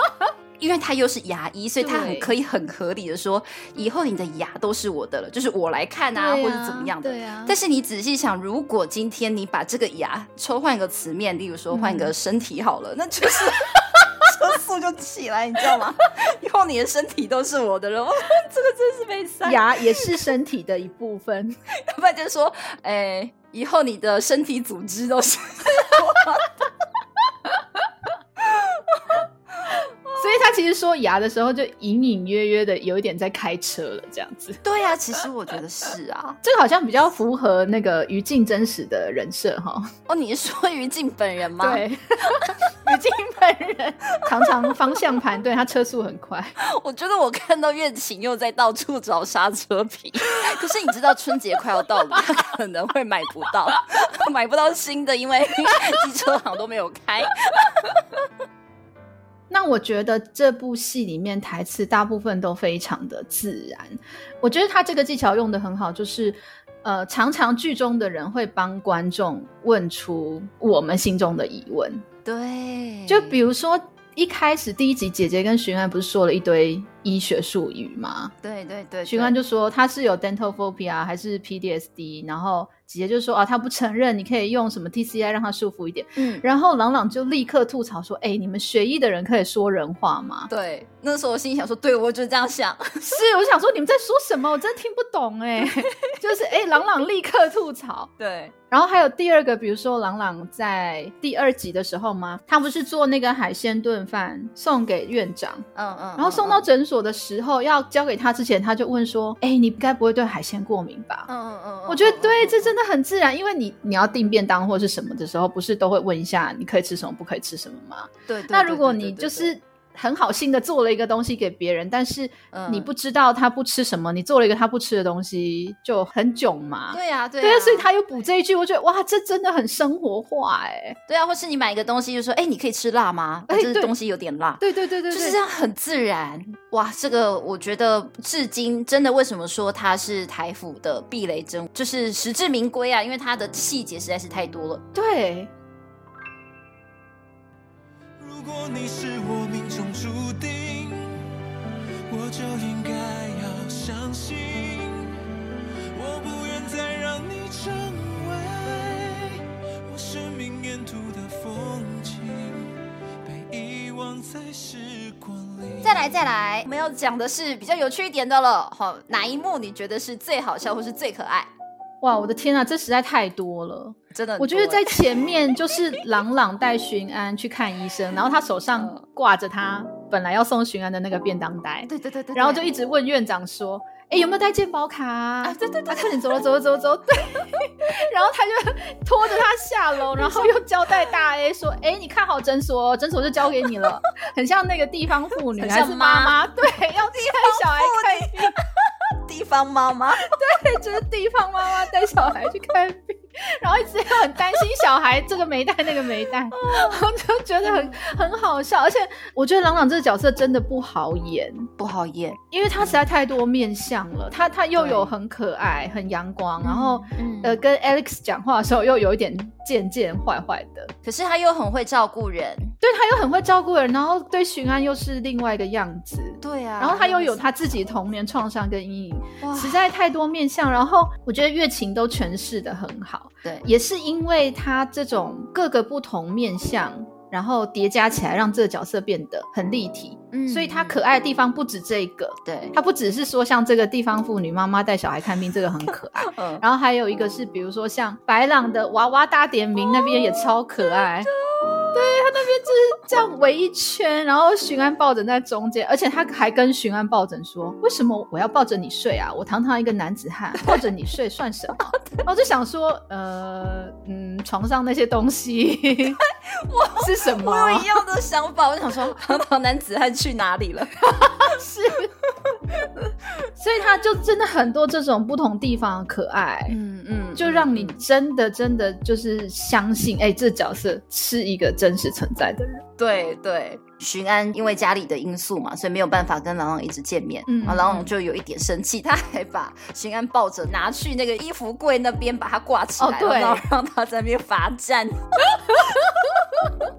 S1: 因为他又是牙医，所以他很
S4: 对
S1: 可以很合理的说，以后你的牙都是我的了，就是我来看嗯啊，或者怎么样的。
S4: 对啊，
S1: 但是你仔细想，如果今天你把这个牙抽换一个词面，例如说换一个身体好了，那就是 车速就起来，你知道吗？ 以后你的身体都是我的了， 这个真是被塞。
S4: 牙也是身体的一部分。
S1: 要不然就说，哎、以后你的身体组织都是
S4: 所以他其实说牙的时候，就隐隐约约的有一点在开车了，这样子。
S1: 对啊，其实我觉得是啊。
S4: 这个好像比较符合那个于静真实的人设哈。
S1: 哦，你是说于静本人吗？，
S4: 对， 于静本人常常方向盘，对他车速很快。
S1: 我觉得我看到月琴又在到处找刹车皮， 可是你知道春节快要到了，他可能会买不到， 买不到新的，因为机车行都没有开。
S4: 那我觉得这部戏里面台词大部分都非常的自然，我觉得他这个技巧用的很好，就是。呃，常常剧中的人会帮观众问出我们心中的疑问，
S1: 嗯对，
S4: 就比如说一开始第一集姐姐跟徐安不是说了一堆医学术语吗？
S1: 对对对，
S4: 徐安就说他是有 dental phobia 还是 PDSD，然后姐姐就说啊他不承认，你可以用什么 TCI 让他舒服一点。
S1: 嗯。
S4: 然后朗朗就立刻吐槽说：“哎、你们学医的人可以说人话吗？”
S1: 对，那时候我心里想说，对我就是这样想，
S4: 是，我想说你们在说什么，我真听不懂哎、就是哎、朗朗立刻吐槽。
S1: 对，
S4: 然后还有第二个，比如说朗朗在第二集的时候嘛，他不是做那个海鲜炖饭送给院长，
S1: 嗯嗯，
S4: 然后送到
S1: 嗯
S4: 诊所的时候要交给他之前，他就问说：“哎、你该不会对海鲜过敏吧？”
S1: 嗯嗯嗯，嗯
S4: 我觉得
S1: 嗯
S4: 对，
S1: 嗯
S4: 这真的很自然，因为你你要订便当或是什么的时候，不是都会问一下你可以吃什么，不可以吃什么吗？
S1: 对。对
S4: 那
S1: 对
S4: 如果
S1: 对对
S4: 你
S1: 对
S4: 就
S1: 对
S4: 是很好心的做了一个东西给别人，但是
S1: 嗯
S4: 你不知道他不吃什么，你做了一个他不吃的东西，就很囧嘛。
S1: 对啊，对
S4: 对啊，所以他
S1: 又
S4: 又补这一句，我觉得哇，这真的很生活化哎、
S1: 对啊，或是你买一个东西就说，哎，你可以吃辣吗？
S4: 哎
S1: 哎，这个
S4: 对
S1: 东西有点辣，
S4: 对对对对对，
S1: 就是这样很自然哇！这个我觉得至今真的为什么说它是台府的避雷针，就是实至名归啊，因为它的细节实在是太多了。
S4: 对。
S3: 如果你是我命中注定，我就应该要相信，我不愿再让你成为我生命沿途的风景，被遗忘在时光里。
S1: 再来再来，我们要讲的是比较有趣一点的了。好，哪一幕你觉得是最好笑或是最可爱？
S4: 哇，我的天啊，这实在太多了！
S1: 真的很多欸，
S4: 我觉得在前面就是朗朗带巡安去看 医
S1: 嗯
S4: 生，然后他手上挂着他本来要送巡安的那个便当袋，
S1: 对对对对，
S4: 然后就
S1: 对
S4: 一直问院长说：“哎、有没有带健保卡啊？”
S1: 啊，对对对
S4: 啊，快点走了，走了，走了， 走了。对，然后他就 拖着他下楼，然后又交代大 A 说：“哎、你看好诊所哦，诊所就交给你了。” 很像那个地方妇女
S1: 很
S4: 还
S1: 像
S4: 是妈妈，对，要带小孩看病，
S1: 地方妈妈，
S4: 对，就是地方妈妈带小孩去看病， 然后一直很担心小孩这个没带那个没 带，我就觉得很很好笑，而且我觉得朗朗这个角色真的不好演。
S1: 不好演，
S4: 因为他实在太多面相了，他他又
S1: 嗯对
S4: 有很可爱、很阳光，然后、
S1: 嗯
S4: 呃跟 Alex 讲话的时候又有一点贱贱坏坏的，
S1: 可是他又很会照顾人，
S4: 对他又很会照顾人，然后对巡安又是另外一个样子，
S1: 对啊，
S4: 然后他又有他自己童年创伤跟阴影，
S1: 哇，
S4: 实在太多面相。然后我觉得月琴都诠释的很好，
S1: 对
S4: 也是因为他这种各个不同面相。然后叠加起来让这个角色变得很立体。
S1: 嗯
S4: 所以它可爱的地方不止这一个，
S1: 对，
S4: 它不只是说像这个地方妇女妈妈带小孩看病这个很可爱，
S1: 嗯，
S4: 然后还有一个是比如说像白朗的娃娃大点名那边也超可爱。对他那边就是这样围一圈，然后巡安抱枕在中间，而且他还跟巡安抱枕说：“为什么我要抱着你睡啊？我堂堂一个男子汉，抱着你睡算什么？” 然后就想说，呃，嗯，床上那些东西是什么？啊
S1: 我有一样的想法，我想说， 堂堂男子汉去哪里了？
S4: 是，所以他就真的很多这种不同地方的可爱，
S1: 嗯嗯
S4: 就让你真的真的就是相信，哎、这角色是一个真实存在的人。
S1: 对对，巡安因为家里的因素嘛，所以没有办法跟郎朗一直见面。嗯，
S4: 嗯
S1: 然后郎
S4: 嗯
S1: 朗就有一点生气，他还把巡安抱着拿去那个衣服柜那边把它挂起来，
S4: 哦对
S1: 然后让他在那边罚站。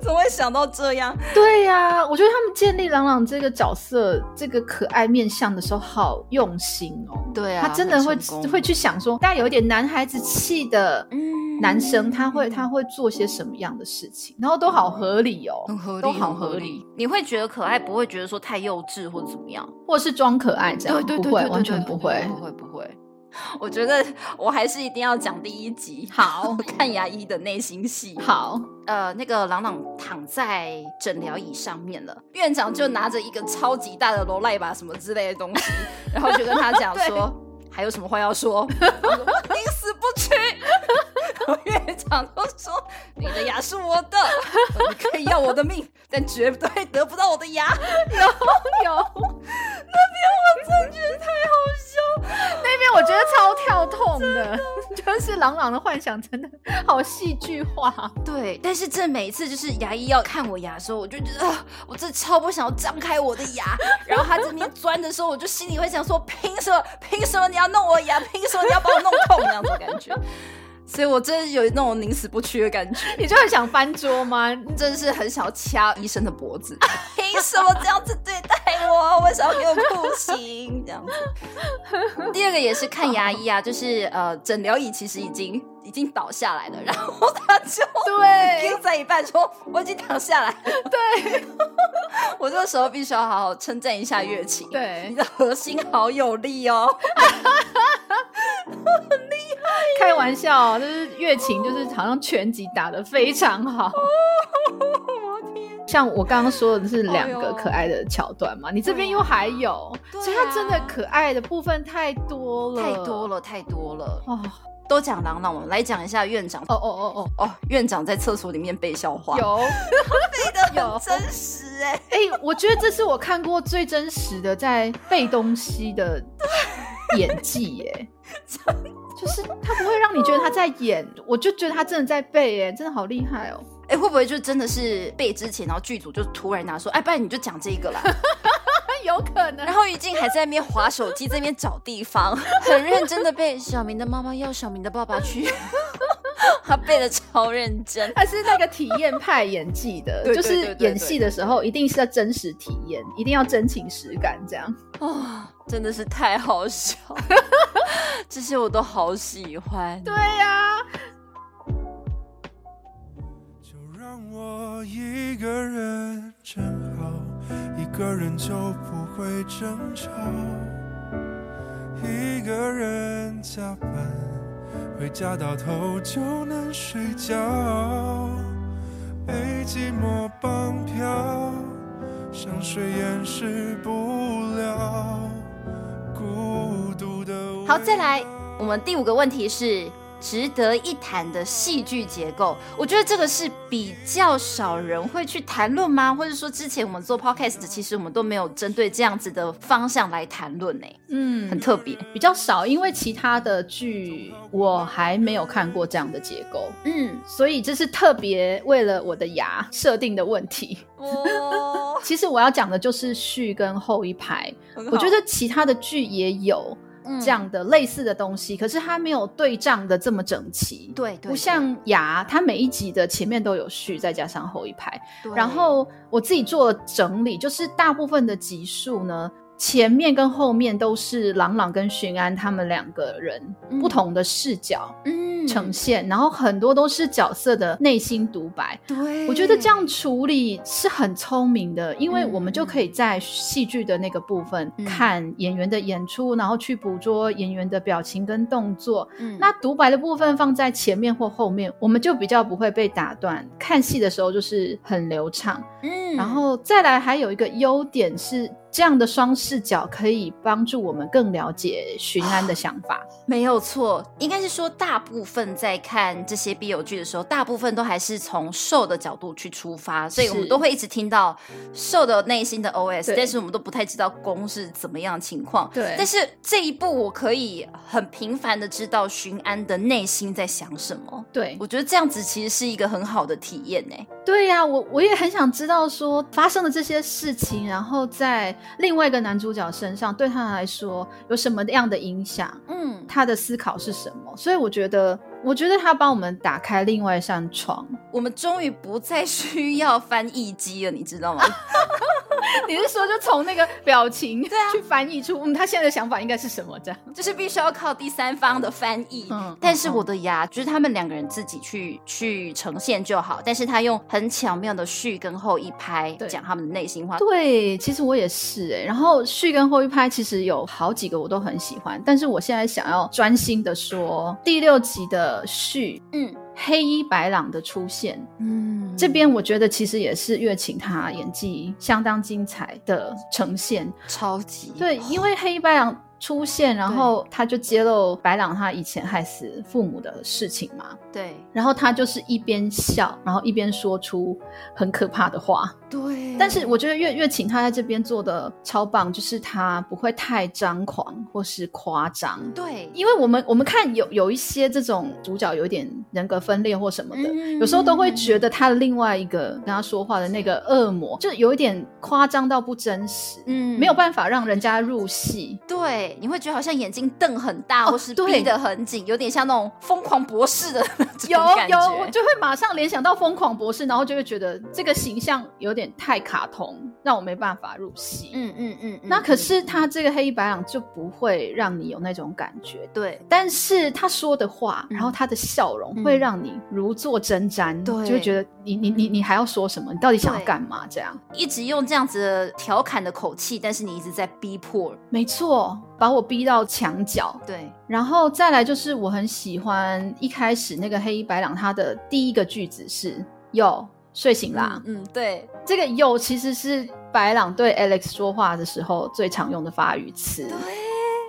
S1: 怎么会想到这样？
S4: 对呀、我觉得他们建立朗朗这个角色这个可爱面相的时候，好用心哦。
S1: 对啊
S4: 他真的会会
S1: 会
S4: 去想说，大家有一点男孩子气的
S1: 嗯
S4: 男生，他会他会做些什么样的事情，然后都好合理哦，
S1: 很合理，
S4: 都好合
S1: 很
S4: 理，。
S1: 你会觉得可爱，不会觉得说太幼稚或怎么样。
S4: 或是装可爱这样，不会，完全
S1: 呃对
S4: 不
S1: 对
S4: 会。嗯
S1: 不会不会。我觉得我还是一定要讲第一集，
S4: 好
S1: 看牙医的内心戏。
S4: 好，
S1: 呃，那个朗朗躺在诊疗椅上面了，院长就拿着一个超级大的罗赖吧什么之类的东西，然后就跟他 讲说。还有什么话要说？ 他说我宁死不屈。然后院长都说：“你的牙是我的，呃你可以要我的命，但绝对得不到我的牙。”
S4: 有。
S1: 真觉得太好笑。
S4: 那边我觉得超跳痛的， 就是朗朗的幻想真的好戏剧化。
S1: 对，但是这每一次就是牙医要看我牙的时候，我就觉得、啊我真的超不想要张开我的牙。然后他这边钻的时候，我就心里会想说：凭什么？凭什么你要弄我牙？凭什么你要把我弄痛？那样子的感觉。所以我真的有那种宁死不屈的感觉，
S4: 你就很想翻桌 吗？
S1: 真的是很想要掐医生的脖子。凭什么这样子对待我？为什么给我酷刑？这样子。第二个也是看牙医啊，就是呃，诊疗椅其实已经已经倒下来了，然后他就
S4: Oh 对
S1: 听在一半说我已经躺下来了。对， 我这时候必须要好好称赞一下月琴，你
S4: 对，
S1: 的核心好有力哦。
S4: 开玩笑、就是月琴，就是好像拳击打得非常 好。像哦我刚刚说的是两
S1: 哎
S4: 个
S1: 呦
S4: 可爱的桥段嘛，你这边又还有，
S1: 对啊
S4: 所以它真的可爱的部分太多了，
S1: 太多
S4: 了。
S1: 了，太多了！
S4: 哦
S1: 都讲郎朗，我们来讲一下院长。
S4: 哦
S1: 哦
S4: 哦哦
S1: 哦，院长在厕所里面被笑话，
S4: 哦，有
S1: 背的
S4: 有
S1: 很真实哎、
S4: 哎、我觉得这是我看过最真实的在背东西的演技耶、就是他不会让你觉得他在演，我就觉得他真的在背耶、真的好厉害哦、
S1: 哎、会不会就真的是背之前，然后剧组就突然拿说，哎，不然你就讲这个 啦。
S4: 那有可能
S1: 然后于静还在那边划手机，在那边找地方，很认真的背小明的妈妈要小明的爸爸去， 他背的超认真。
S4: 他是那个体验派演技的，
S1: 对
S4: 就
S1: 对
S4: 是
S1: 对对
S4: 演戏的时候一定是要真实体验，一定要真情实感这样。
S1: 哦，真的是太好笑， 这些我都好喜欢。对，
S4: 对呀、
S6: 就让我一个人真好，一个人就不会争吵。一个人加班，回家到头就能睡觉。被寂寞绑票，香水掩饰不了孤独的味道。
S1: 好，再来，我们第五个问题是值得一谈的戏剧结构。我觉得这个是比较少人会去谈论吗？或者说之前我们做 podcast，其实我们都没有针对这样子的方向来谈论呢，
S4: 嗯，
S1: 很特别。
S4: 比较少，因为其他的剧我还没有看过这样的结构。
S1: 嗯，
S4: 所以这是特别为了我的牙设定的问题。
S1: 哦，
S4: 其实我要讲的就是序跟后一排，
S1: 我
S4: 我觉得其他的剧也有
S1: 嗯
S4: 这样的类似的东西，可是它没有对仗的这么整齐。
S1: 对对，
S4: 不像牙，它每一集的前面都有序，再加上后一排。
S1: 对
S4: 然后我自己做了整理，就是大部分的集数呢，前面跟后面都是朗朗跟巡安他们两个人
S1: 嗯
S4: 不同的视角，
S1: 嗯
S4: 呈现，然后很多都是角色的内心独白。
S1: 对
S4: 我觉得这样处理是很聪明的，因为
S1: 嗯
S4: 我们就可以在戏剧的那个部分
S1: 嗯
S4: 看演员的演出，然后去捕捉演员的表情跟动作。
S1: 嗯
S4: 那独白的部分放在前面或后面，我们就比较不会被打断。看戏的时候就是很流畅。
S1: 嗯
S4: 然后再来还有一个优点是，这样的双视角可以帮助我们更了解巡安的想法。
S1: 没有错，应该是说大部分在看这些 BL 剧的时候，大部分都还是从受的角度去出发，所以我们
S4: 是
S1: 都会一直听到受的内心的 OS，
S4: 对
S1: 但是我们都不太知道攻是怎么样的情况。
S4: 对
S1: 但是这一部我可以很频繁的知道巡安的内心在想什么，
S4: 对
S1: 我觉得这样子其实是一个很好的体验欸呢、
S4: 对呀、我我也很想知道说发生的这些事情，然后在另外一个男主角身上对他来说有什么样的影响，
S1: 嗯，
S4: 他的思考是什么。所以我觉得，我觉得他帮我们打开另外一扇窗。
S1: 我们终于不再需要翻译机了，你知道吗？
S4: 你是说就从那个表情对啊去翻译出，嗯，他现在的想法应该是什么这样？
S1: 就是必须要靠第三方的翻译。
S4: 嗯
S1: 但是我的牙就是他们两个人自己去去呈现就好，但是他用很巧妙的序跟后一拍
S4: 对
S1: 讲他们的内心话。
S4: 对，其实我也是哎、然后续跟后一拍其实有好几个我都很喜欢，但是我现在想要专心的说第六集的续
S1: 嗯
S4: 黑衣白朗的出现，
S1: 嗯，
S4: 这边我觉得其实也是月琴她演技相当精彩的呈现。
S1: 超级
S4: 对，因为黑衣白狼出现，然后他就揭露白狼他以前害死父母的事情嘛，
S1: 对
S4: 然后他就是一边笑，然后一边说出很可怕的话。
S1: 嗯对，
S4: 但是我觉得月月琴她在这边做的超棒，就是她不会太张狂或是夸张。
S1: 对
S4: 因为我们我们看有有一些这种主角有点人格分裂或什么的，
S1: 嗯
S4: 有时候都会觉得他的另外一个跟他说话的那个恶魔，就有一点夸张到不真实，
S1: 嗯
S4: 没有办法让人家入戏。
S1: 对，你会觉得好像眼睛瞪很大，
S4: 哦
S1: 或是
S4: 对
S1: 闭得很紧，有点像那种疯狂博士的 那种
S4: 有
S1: 感觉。
S4: 有，我就会马上联想到疯狂博士，然后就会觉得这个形象有点太卡通，让我没办法入戏。
S1: 嗯嗯嗯嗯，
S4: 那可是
S1: 嗯
S4: 他这个黑衣白狼就不会让你有那种感觉，
S1: 对
S4: 但是他说的话，
S1: 嗯
S4: 然后他的笑容
S1: 嗯
S4: 会让你如坐针毡，
S1: 对
S4: 就会觉得你你你你还要说什么？你到底想要干嘛？这样
S1: 一直用这样子的调侃的口气，但是你一直在逼迫。
S4: 没错，把我逼到墙角。
S1: 对，
S4: 然后再来就是我很喜欢一开始那个黑衣白狼，他的第一个句子是“哟，睡醒啦”
S1: 嗯，嗯对，
S4: 这个“哟”其实是白狼对 Alex 说话的时候最常用的法语词。
S1: 对，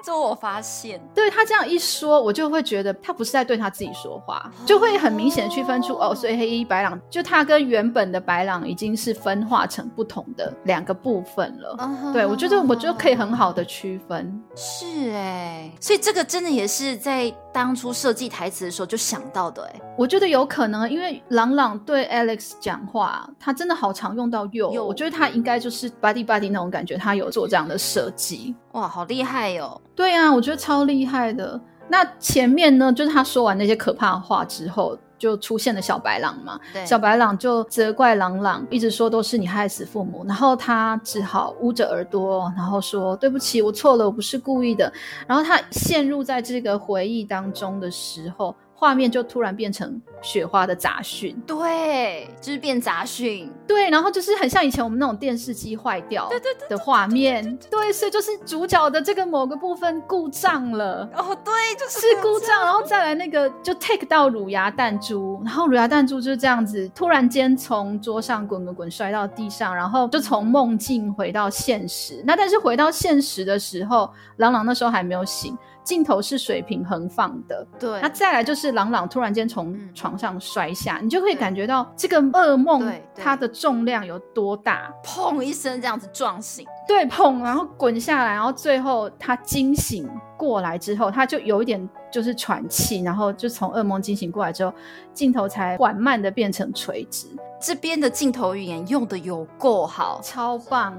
S1: 这我发现，
S4: 对他这样一说，我就会觉得他不是在对他自己说话，就会很明显地区分出哦，所以黑衣白狼就他跟原本的白狼已经是分化成不同的两个部分
S1: 哦
S4: 了。
S1: 嗯
S4: 对，我觉得我就可以很好的区分。
S1: 是哎、所以这个真的也是在当初设计台词的时候就想到的哎、
S4: 我觉得有可能，因为朗朗对 Alex 讲话，他真的好常用到右，
S1: 右
S4: 我觉得他应该就是 body body 那种感觉，他有做这样的设计。
S1: 哇，好厉害哦！
S4: 对啊，我觉得超厉害的。那前面呢，就是他说完那些可怕的话之后，就出现了小白狼嘛。
S1: 对，
S4: 小白狼就责怪朗朗，一直说都是你害死父母，然后他只好捂着耳朵，然后说对不起，我错了，我不是故意的。然后他陷入在这个回忆当中的时候，画面就突然变成雪花的杂讯，
S1: 对，就是变杂讯，
S4: 对，然后就是很像以前我们那种电视机坏掉的画面，对，所以就是主角的这个某个部分故障了。
S1: 哦，对，就是
S4: 故障，啊然后再来那个就 take 到乳牙弹珠，然后乳牙弹珠就这样子突然间从桌上滚滚滚摔到地上，然后就从梦境回到现实。那但是回到现实的时候，朗朗那时候还没有醒，镜头是水平横放的。
S1: 对
S4: 那，再来就是朗朗突然间从
S1: 嗯
S4: 床上摔下，你就可以
S1: 对
S4: 感觉到这个噩梦
S1: 对对
S4: 它的重量有多大。
S1: 砰一声这样子撞醒，
S4: 对，砰，然后滚下来，然后最后他惊醒过来之后，他就有一点就是喘气，然后就从噩梦惊醒过来之后，镜头才缓慢的变成垂直，
S1: 这边的镜头语言用的有够好，
S4: 超棒。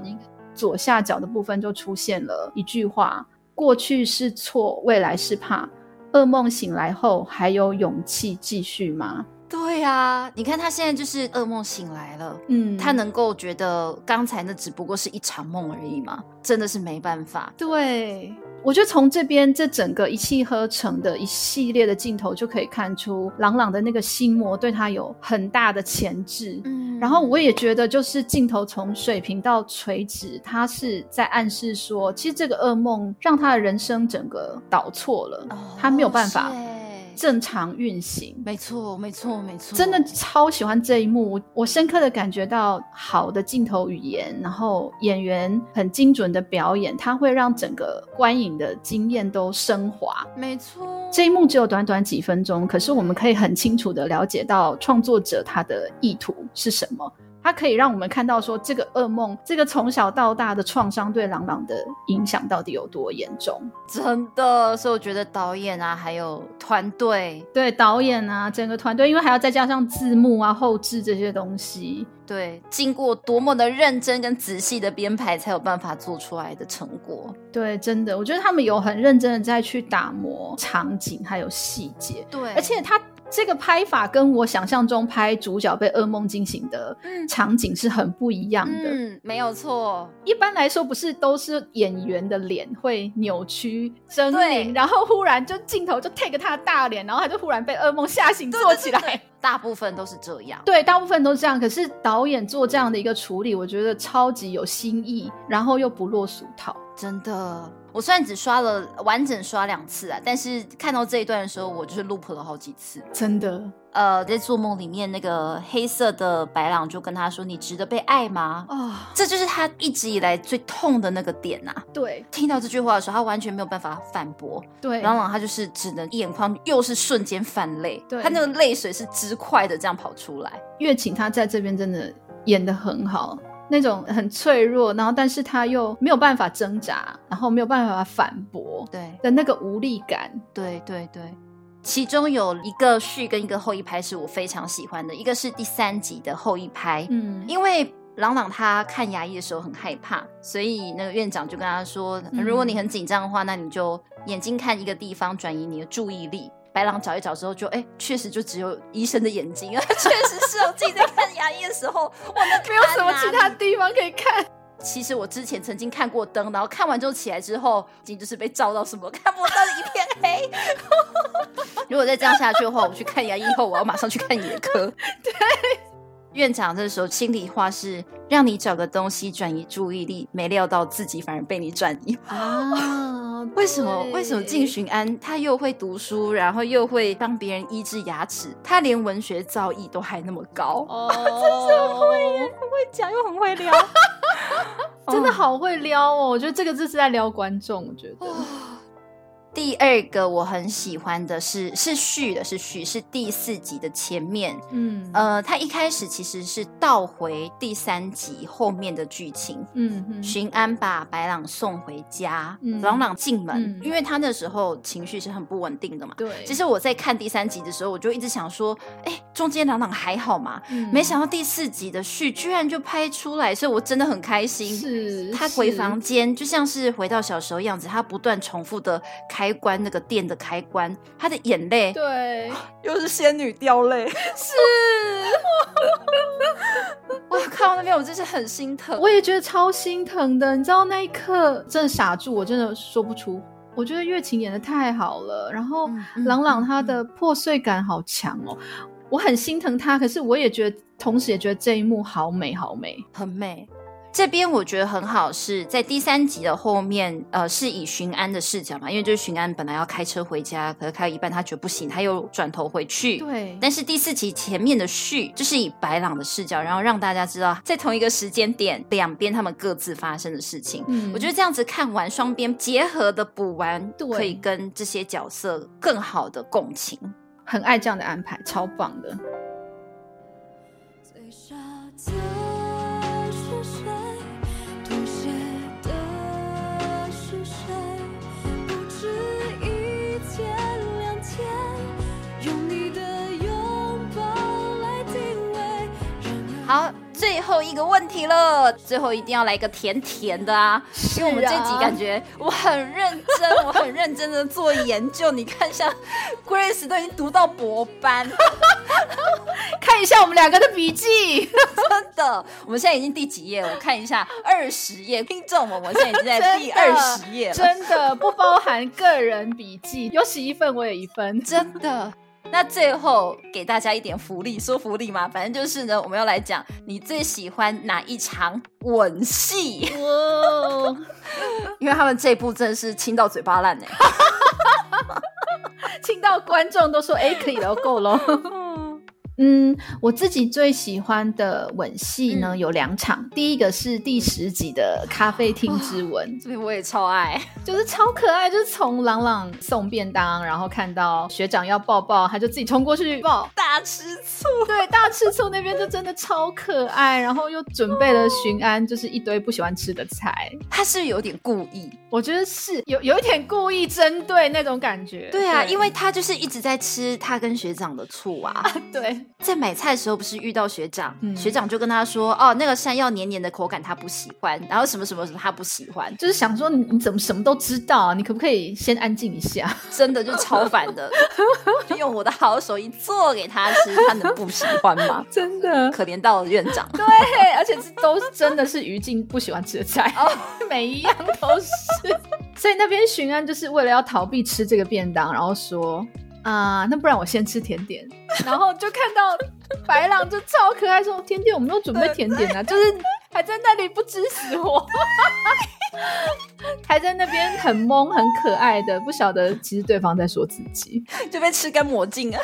S4: 左下角的部分就出现了一句话：过去是错，未来是怕。噩梦醒来后还有勇气继续吗？
S1: 对啊，你看他现在就是噩梦醒来了。
S4: 嗯，
S1: 他能够觉得刚才那只不过是一场梦而已吗？真的是没办法。
S4: 对，我觉得从这边这整个一气呵成的一系列的镜头就可以看出，朗朗的那个心魔对他有很大的钳制。
S1: 嗯
S4: 然后我也觉得，就是镜头从水平到垂直，他是在暗示说，其实这个噩梦让他的人生整个倒错了，他没有办法
S1: 哦是欸
S4: 正常运行。
S1: 没错，没错，没错，
S4: 真的超喜欢这一幕，我我深刻的感觉到好的镜头语言，然后演员很精准的表演，它会让整个观影的经验都升华。
S1: 没错。
S4: 这一幕只有短短几分钟，可是我们可以很清楚的了解到创作者他的意图是什么。它可以让我们看到说，这个噩梦，这个从小到大的创伤对朗朗的影响到底有多严重。
S1: 真的，所以我觉得导演啊，还有团队，
S4: 对导演啊，整个团队，因为还要再加上字幕啊、后置这些东西，
S1: 对，经过多么的认真跟仔细的编排，才有办法做出来的成果。
S4: 对，真的，我觉得他们有很认真的在去打磨场景还有细节，
S1: 对
S4: 而且他这个拍法跟我想象中拍主角被噩梦惊醒的
S1: 嗯
S4: 场景是很不一样的。
S1: 嗯，没有错，
S4: 一般来说，不是都是演员的脸会扭曲、狰
S1: 对
S4: 狞，然后忽然就镜头就 take 他的大脸，然后他就忽然被噩梦吓醒，坐起来。
S1: 对对对大部分都是这样。
S4: 对，大部分都是这样。可是导演做这样的一个处理，我觉得超级有新意，然后又不落俗套。
S1: 真的，我虽然只刷了完整刷两次啊，但是看到这一段的时候，我就是 loop 了好几次。
S4: 真的，
S1: 呃，在做梦里面，那个黑色的白狼就跟他说：“你值得被爱吗？”
S4: 哦，
S1: 这就是他一直以来最痛的那个点呐、啊。
S4: 对
S1: 听到这句话的时候，他完全没有办法反驳。
S4: 对，
S1: 朗朗他就是只能眼眶又是瞬间泛泪，
S4: 对
S1: 他那个泪水是之快的这样跑出来。
S4: 月琴她在这边真的演的很好，那种很脆弱，然后但是她又没有办法挣扎，然后没有办法反驳
S1: 对
S4: 的那个无力感。
S1: 对对对，其中有一个序跟一个后一拍是我非常喜欢的，一个是第三集的后一拍，
S4: 嗯，
S1: 因为朗朗他看牙医的时候很害怕，所以那个院长就跟他说，
S4: 嗯
S1: 如果你很紧张的话，那你就眼睛看一个地方，转移你的注意力。白狼找一找之后就，哎，确实就只有医生的眼睛 啊，确实是我自己在看牙医的时候，我的啊
S4: 没有什么其他地方可以看。
S1: 其实我之前曾经看过灯，然后看完之后起来之后，已经就是被照到什么看不到一片黑。 如果再这样下去的话，我去看牙医后，我要马上去看眼科。 对，院长这时候心里话是让你找个东西转移注意力，没料到自己反而被你转移。
S4: 啊，
S1: 为什么？为什么靳
S4: 去？
S1: 寻安他又会读书，然后又会帮别人医治牙齿，他连文学造诣都还那么高，
S4: 哦，真
S1: 很会讲又很会 聊，
S4: 会，真的好会撩哦！我觉得这个就是在撩观众，我觉得。
S1: 哦第二个我很喜欢的是是续的，是续是第四集的前面。
S4: 嗯
S1: 呃，它一开始其实是倒回第三集后面的剧情。
S4: 嗯嗯
S1: 巡安把白朗送回家，
S4: 嗯
S1: 朗朗进门，
S4: 嗯
S1: 因为他那时候情绪是很不稳定的嘛。
S4: 对，
S1: 其实我在看第三集的时候，我就一直想说，哎，中间朗朗还好吗？
S4: 嗯
S1: 没想到第四集的续居然就拍出来，所以我真的很开心。
S4: 是
S1: 他回房间就像是回到小时候样子，他不断重复的开关那个电的开关，他的眼泪
S4: 对，
S1: 又是仙女掉泪， 是，我靠，那边我真是很心疼。
S4: 我也觉得超心疼的，你知道那一刻真的傻住，我真的说不出。我觉得月琴演的太好了，然后
S1: 嗯嗯
S4: 朗朗
S1: 嗯
S4: 她的破碎感好强哦，我很心疼她，可是我也觉得，同时也觉得这一幕好美好美。
S1: 很美。这边我觉得很好，是在第三集的后面，呃，是以巡安的视角嘛，因为就是巡安本来要开车回家，可是开到一半他觉得不行，他又转头回去。
S4: 对，
S1: 但是第四集前面的序就是以白朗的视角，然后让大家知道在同一个时间点，两边他们各自发生的事情。
S4: 嗯
S1: 我觉得这样子看完，双边结合的补完，
S4: 对
S1: 可以跟这些角色更好的共情。
S4: 很爱这样的安排，超棒的。
S7: 最傻的是谁？妥协的是谁？不止一天两天，用你的拥抱来定位。然而
S1: 好，最后一个问题了，最后一定要来个甜甜的啊！因为我们这
S4: 是啊
S1: 集感觉我很认真，我很认真的做研究。你看，像 Grace 都已经读到博班，
S4: 看一下我们两个的笔记，
S1: 真的。我们现在已经第几页？我看一下，二十页。听众们，我现在已经在第二十页 了。
S4: 真的不包含个人笔记，有洗一份我有一份，
S1: 真的。那最后给大家一点福利，说福利嘛，反正就是呢，我们要来讲你最喜欢哪一场吻戏，
S4: 哇哦，
S1: 因为他们这部真的是亲到嘴巴烂哎、
S4: 听到观众都说：“哎，可以了，够了。”嗯，我自己最喜欢的吻戏呢、
S1: 嗯有
S4: 有两场，第一个是第十集的咖啡厅之 吻，
S1: 所以我也超爱。
S4: 就是超可爱，就是从朗朗送便当，然后看到学长要抱抱，他就自己冲过去 抱，
S1: 大吃醋，
S4: 对，大赤醋那边就真的超可爱，然后又准备了巡安，就是一堆不喜欢吃的菜。
S1: 他是不是有点故意。
S4: 我觉得是有有一点故意针对那种感觉。
S1: 对啊，因为他就是一直在吃他跟学长的醋啊。
S4: 对
S1: 在买菜的时候不是遇到学长，
S4: 嗯
S1: 学长就跟他说：“哦，那个山药黏黏的口感他不喜欢，然后什么什么什么他不喜欢。”
S4: 就是想说你你怎么什么都知道啊、你可不可以先安静一下？
S1: 真的就超烦 的，用我的好手艺做给他吃，他能不喜欢吗？
S4: 真的，
S1: 可怜到了院长，
S4: 对，而且是都是真的是于静不喜欢吃的菜， 哦每一样都是。 所以那边巡安就是为了要逃避吃这个便当，然后说啊、那不然我先吃甜 点，然后就看到白狼就超可爱说甜点我们都准备甜点 啊，就是还在那里不知死活。 还在那边很懵、很可爱的，不晓得其实对方在说自己。
S1: 就被吃干抹净啊！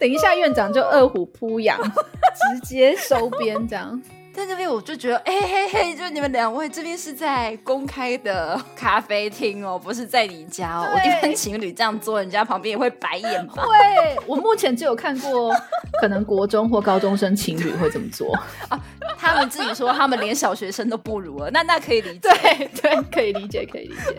S4: 等一下，院长就饿虎扑羊， 直接收编这样。
S1: 在那边我就觉得，哎、嘿嘿，就你们两位这边是在公开的咖啡厅哦，不是在你家哦。我
S4: 对
S1: 一般情侣这样做，人家旁边也会白眼吧？
S4: 对我目前只有看过，可能国中或高中生情侣会这么做。
S1: 他们自己说他们连小学生都不如了，那 那可以理解。
S4: 对对，可以理解，可以理解。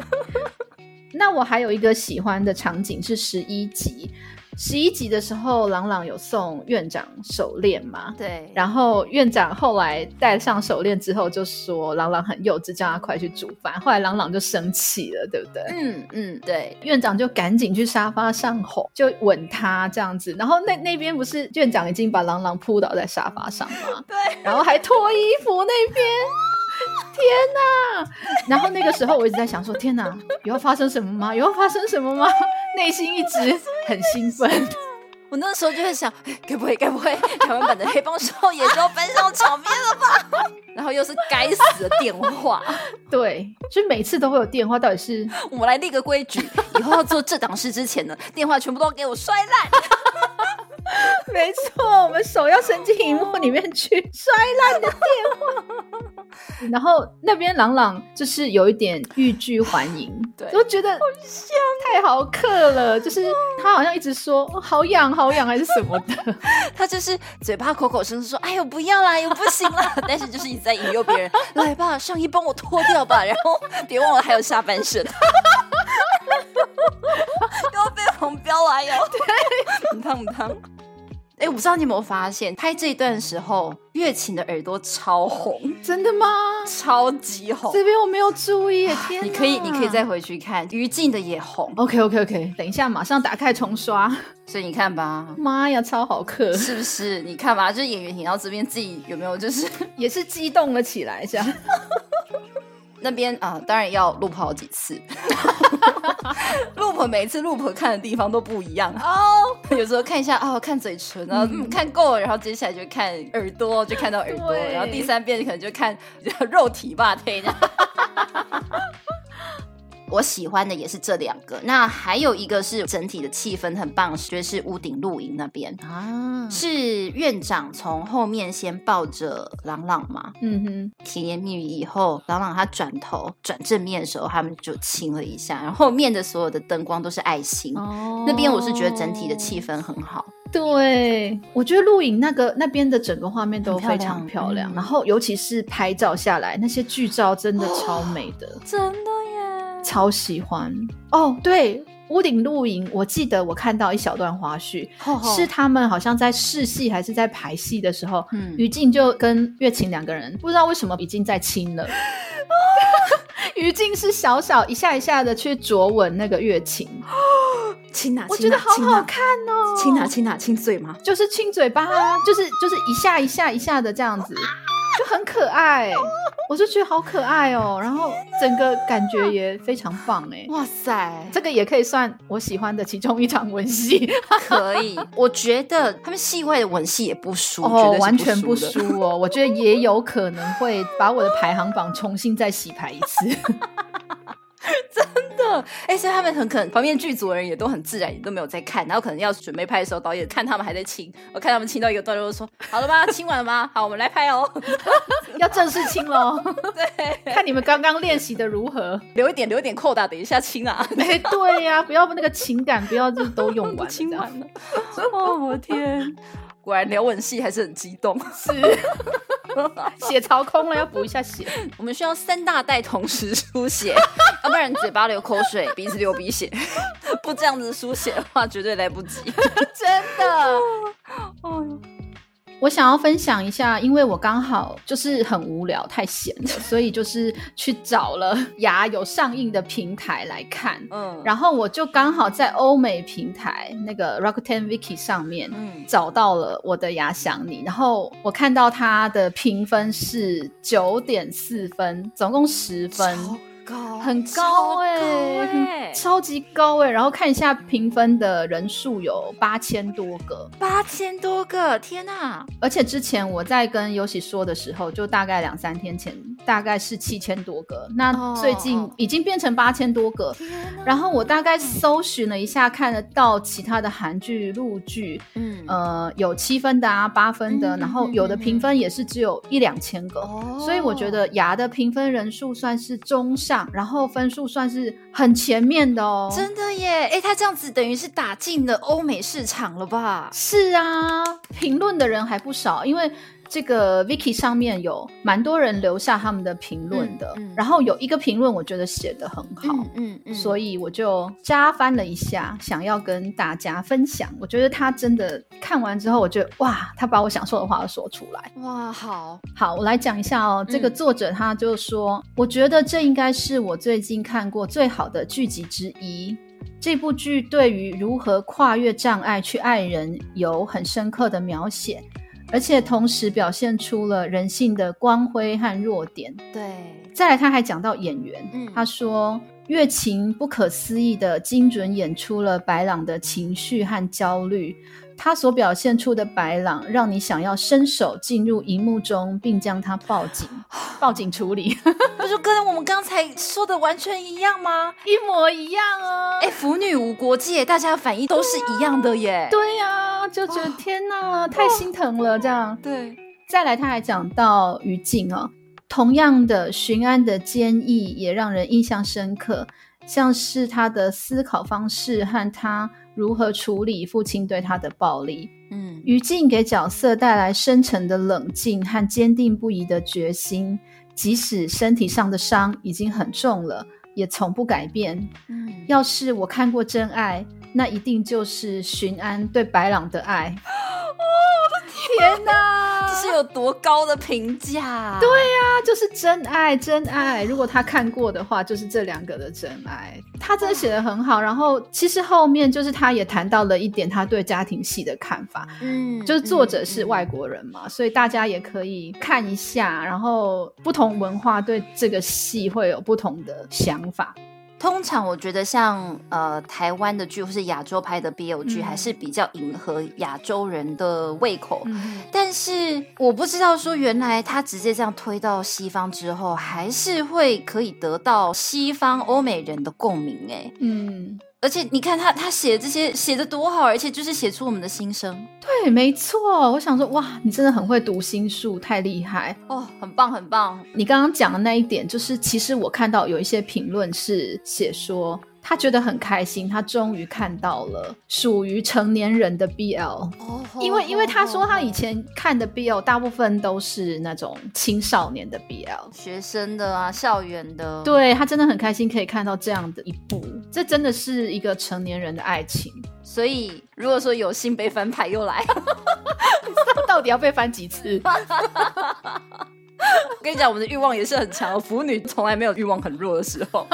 S4: 那我还有一个喜欢的场景是十一集，十一集的时候，朗朗有送院长手链嘛？
S1: 对，
S4: 然后院长后来戴上手链之后，就说朗朗很幼稚，叫他快去煮饭。后来朗朗就生气了，对不对？
S1: 嗯嗯，对，
S4: 院长就赶紧去沙发上吼，就吻他这样子。然后那那边不是院长已经把郎朗扑倒在沙发上吗？对，然后还脱衣服那边。天哪！然后那个时候我一直在想说，天哪，有要发生什么吗？有要发生什么吗？内心一直很兴奋。
S1: 我那时候就在想，哎该不会该不会 台湾版的黑帮少爷就要搬上场面了吧？ 然后又是该死的电话，
S4: 对，所以每次都会有电话，到底是
S1: 我们来立个规矩，以后要做这档事之前呢，电话全部都给我摔烂。
S4: 没错，我们手要伸进荧幕里面去摔烂的电话。 然后那边朗朗就是有一点欲拒还迎，
S1: 对
S4: 就觉得好香，太好客了。就是他好像一直说、哦好痒好痒还是什么 的，
S1: 他就是嘴巴口口声声说，哎呦不要啦，又不行啦， 但是就是一直在引诱别人，来吧，上衣帮我脱掉吧，然后别忘了还有下半身。 又要被黄标啦哟，对，很烫很烫。哎、我不知道你有没有发现，拍这一段的时候，月琴的耳朵超红，
S4: 真的吗？
S1: 超级红。
S4: 这啊边我没有注意，天哪！
S1: 哦你可以，你可以再回去看，于静的也红，
S4: OK OK OK，等一下马上打开重刷。
S1: 所以你看吧，
S4: 妈呀，超 好客，
S1: 是不是？你看吧，就是演员演到这边，自己有没有就是
S4: 也是激动了起来，这样。
S1: 那边啊、当然要 loop 好几次，loop 每一次 loop 看的地方都不一样哦。有时候看一下哦，看嘴唇啊，嗯看够了，然后接下来就看耳朵，就看到耳朵，
S4: 对
S1: 然后第三遍可能就看肉体吧，对。 我喜欢的也是这两个，那还有一个是整体的气氛很棒，就是屋顶露营那边。嗯
S4: 啊，
S1: 是院长从后面先抱着朗朗嘛，
S4: 嗯哼，
S1: 甜言蜜语以后，朗朗他转头转正面的时候，他们就亲了一下，然后后面的所有的灯光都是爱心。
S4: 哦
S1: 那边我是觉得整体的气氛很好，
S4: 对，我觉得录影那个那边的整个画面都非常
S1: 很漂
S4: 漂
S1: 亮
S4: 亮，
S1: 嗯
S4: 然后尤其是拍照下来那些哦剧照真的超美的，
S1: 真的耶！
S4: 超喜欢哦。对，屋顶露营，我记得我看到一小段花絮，
S1: 吼吼
S4: 是他们好像在试戏还是在排戏的时候，
S1: 嗯
S4: 于静就跟月琴两个人不知道为什么已经在亲 了。于静是小小一下一下的去啄吻那个月琴，
S1: 亲哪？
S4: 哦我觉得好好看哦。
S1: 亲哪亲哪亲嘴吗？
S4: 就是亲嘴巴啊，就是就是一下一下一下的这样子，就很可爱。我就觉得好可爱哦，然后整个感觉也非常棒哎。
S1: 哇 塞，
S4: 这个也可以算我喜欢的其中一场 吻戏
S1: 可以，我觉得他们戏外的吻戏也不输，
S4: 哦，
S1: 绝对是
S4: 完全不
S1: 输的。
S4: 输哦。我觉得也有可能会把我的排行榜重新再洗牌一次。
S1: 哎、所以他们很可能旁边剧组的人也都很自然，也都没有在看，然后可能要准备拍的时候，导演看他们还在亲，我看他们亲到一个段落，就说：“好了吗？亲完了吗？好，我们来拍哦。
S4: 要正式亲喽，”
S1: 对，
S4: 看你们刚刚练习的如何。
S1: 留一点，留一点扣打，等一下亲 啊，
S4: 哎，对呀、不要那个情感，不要就是都用 完了
S1: 亲
S4: 这样
S1: 完了。哦，我天！果然聊吻戏还是很激动。
S4: 是血槽空了，要补一下血。
S1: 我们需要三大袋同时输 血，要不然嘴巴流口水，鼻子流鼻血， 不这样子输血的话，绝对来不 及。
S4: 真的。我想要分享一下，因为我刚好就是很无聊，太闲了，所以就是去找了牙有上映的平台来看。
S1: 嗯，
S4: 然后我就刚好在欧美平台那个 Rakuten Viki 上面
S1: 嗯
S4: 找到了我的牙想你，然后我看到它的评分是九点四分，总共十分，
S1: 哦高
S4: 很高哎、
S1: 哎、
S4: 超级高哎、然后看一下评分的人数有八千多个，
S1: 八千多个，天啊呐！
S4: 而且之前我在跟尤喜说的时候，就大概两三天前，大概是七千多个，那
S1: 哦嗯
S4: 最近已经变成八千多个。
S1: 天啊呐！
S4: 然后我大概搜寻了一下，看得到其他的韩剧、陆剧，
S1: 嗯
S4: 呃，有七分的啊、八分的，
S1: 嗯
S4: 然后有的评分也是只有一两千个。
S1: 哦
S4: 所以我觉得牙的评分人数算是中上，然后分数算是很前面的哦。
S1: 真的耶，哎、他这样子等于是打进了欧美市场了吧？
S4: 是啊，评论的人还不少，因为这个 Wiki 上面有蛮多人留下他们的评论的。
S1: 嗯嗯
S4: 然后有一个评论，我觉得写的很好。
S1: 嗯嗯
S4: 所
S1: 以
S4: 以我就加翻了一下，想要跟大家分享。我觉得他真的看完之后，我觉得哇，他把我想说的话都说出来。
S1: 哇，好，
S4: 好，我来讲一下哦。这个
S1: 嗯
S4: 作者他就说，我觉得这应该是我最近看过最好的剧集之一。这部剧对于如何跨越障碍去爱人有很深刻的描写，而且同时表现出了人性的光辉和弱点。
S1: 对，
S4: 再来，他还讲到演员，
S1: 嗯
S4: 他说月琴不可思议的精准演出了白朗的情绪和焦虑，他所表现出的白朗让你想要伸手进入荧幕中，并将他报 警，报警处理，
S1: 不就跟我们刚才说的完全一样吗？
S4: 一模一样啊！
S1: 哎、腐女无国界，大家的反应都是一样的耶。
S4: 对呀、就觉得天哪，太心疼了，这样。
S1: 对，
S4: 再来，他还讲到于静哦，同样的巡安的坚毅也让人印象深刻，像是他的思考方式和他如何处理父亲对他的暴力。
S1: 嗯，
S4: 于静给角色带来深沉的冷静和坚定不移的决心，即使身体上的伤已经很重了，也从不改变。
S1: 嗯
S4: 要是我看过真爱，那一定就是巡安对白朗的爱。哦，我的天哪！
S1: 这是有多高的评价？对
S4: 那就是真爱，真爱。如果他看过的话，就是这两个的真爱。他真的写的很好。然后其实后面就是他也谈到了一点他对家庭戏的看法，
S1: 嗯
S4: 就是作者是外国人嘛，所以大家也可以看一下。然后不同文化对这个戏会有不同的想法。
S1: 嗯通常我觉得像呃台湾的剧或是亚洲拍的 BL 剧，
S4: 嗯
S1: 还是比较迎合亚洲人的胃口。
S4: 嗯，
S1: 但是我不知道说，原来他直接这样推到西方之后，还是会可以得到西方欧美人的共鸣哎。
S4: 嗯，
S1: 而且你看他他写这些写的多好，而且就是写出我们的心声
S4: 对，没错。我想说，哇，你真的很会读心术，太厉害。
S1: 哦，很棒很棒。
S4: 你刚刚讲的那一点，就是其实我看到有一些评论是写说，他觉得很开心，他终于看到了属于成年人的 BL。
S1: 哦，
S4: 因为，因为他说他以前看的 BL 大部分都是那种青少年的 BL，
S1: 学生的啊，校园的，
S4: 对他真的很开心可以看到这样的一部这真的是一个成年人的爱情，
S1: 所以如果说有幸被翻牌又来，
S4: 到底要被翻几次？
S1: 我跟你讲，我们的欲望也是很强，腐女从来没有欲望很弱的时 候。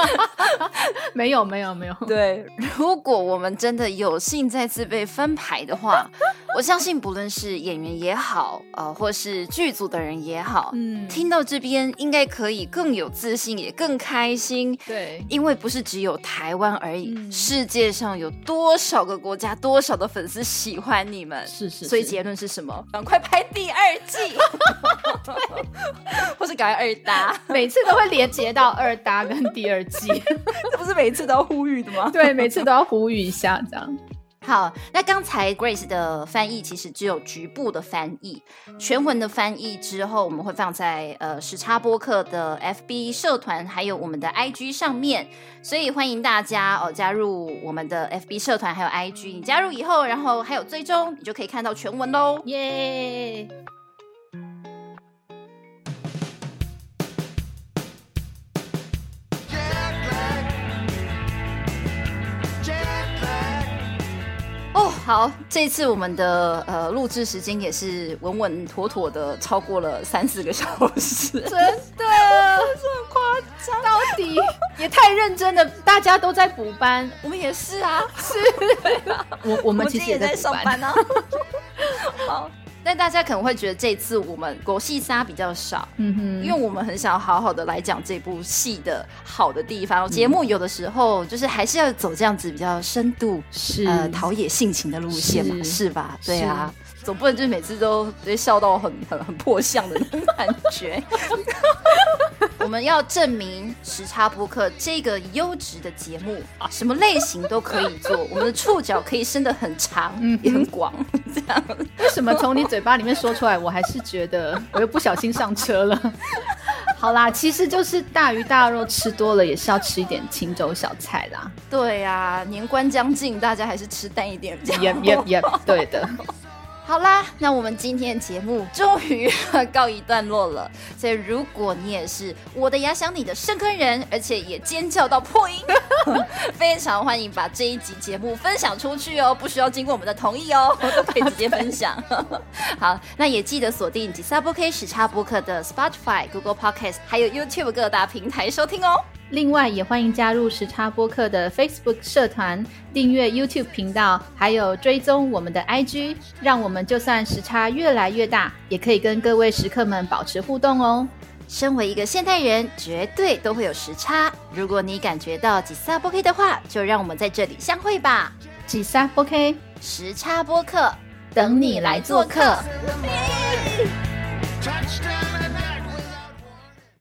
S4: 没有，没有，没 有。
S1: 对，如果我们真的有幸再次被翻牌的话， 我相信不论是演员也好，呃，或是剧组的人也好，
S4: 嗯，
S1: 听到这边应该可以更有自信，也更开心。
S4: 对，
S1: 因为不是只有台湾而已，
S4: 嗯
S1: 世界上有多少个国家，多少的粉丝喜欢你们，
S4: 是是
S1: 所以
S4: 是
S1: 结论是什么？赶快拍第二季， 或是赶快二搭，
S4: 每次都会连接到二搭跟第二季，
S1: 这 不是每一次都要呼吁的吗？
S4: 对，每次都要呼吁一下这样。
S1: 好，那刚才 Grace 的翻译其实只有局部的翻译，全文的翻译之后，我们会放在呃时差播客的 FB 社团，还有我们的 IG 上面，所以欢迎大家哦加入我们的 FB 社团还有 IG，你加入以后，然后还有追踪，你就可以看到全文喽。
S4: 耶、
S1: 哦，好，这次我们的呃录制时间也是稳稳妥妥的超过了三四个小时。
S4: 真的，这么夸张，到底也太认真了，大家都在补班，
S1: 我们也是啊，
S4: 我我
S1: 我
S4: 们
S1: 自
S4: 其
S1: 己
S4: 实也在补班，啊
S1: 呢、 好，但大家可能会觉得这次我们国戏杀比较少。
S4: 嗯哼，
S1: 因为我们很想好好的来讲这部戏的好的地
S4: 嗯
S1: 方，节目有的时候就是还是要走这样子比较深度，
S4: 是
S1: 呃陶冶性情的路线嘛，
S4: 是
S1: 是吧？对啊，总不能就是每次都直接笑到很很很破相的那种感 觉。我们要证明时差播客这个优质的节目，什么类型都可以做，我们的触角可以伸得很长，
S4: 嗯
S1: 也很广，这样。
S4: 为什么从你嘴巴里面说出来，我还是觉得我又不小心上车 了？好啦，其实就是大鱼大肉吃多了，也是要吃一点清粥小菜啦。
S1: 对啊，年关将近，大家还是吃淡一点比较好。
S4: 也也也，对的，
S1: 好啦，那我们今天的节目终于告一段落了。所以，如果你也是我的牙想你的深坑人，而且也尖叫到破音， 非常欢迎把这一集节目分享出去哦，不需要经过我们的同意哦，都可以直接分享。 好，那也记得锁定吉萨波 K 时差播客的 Spotify、Google Podcast 还有 YouTube 各大平台收听哦。
S4: 另外，也欢迎加入时差播客的 Facebook 社团，订阅 YouTube 频道，还有追踪我们的 IG，让我们就算时差越来越大，也可以跟各位食客们保持互动哦。
S1: 身为一个现代人，绝对都会有时差。如果你感觉到吉萨波 K 的话，就让我们在这里相会吧。
S4: 吉萨播 K，
S1: 时差播客，
S4: 等你来做客。
S6: Touchdown!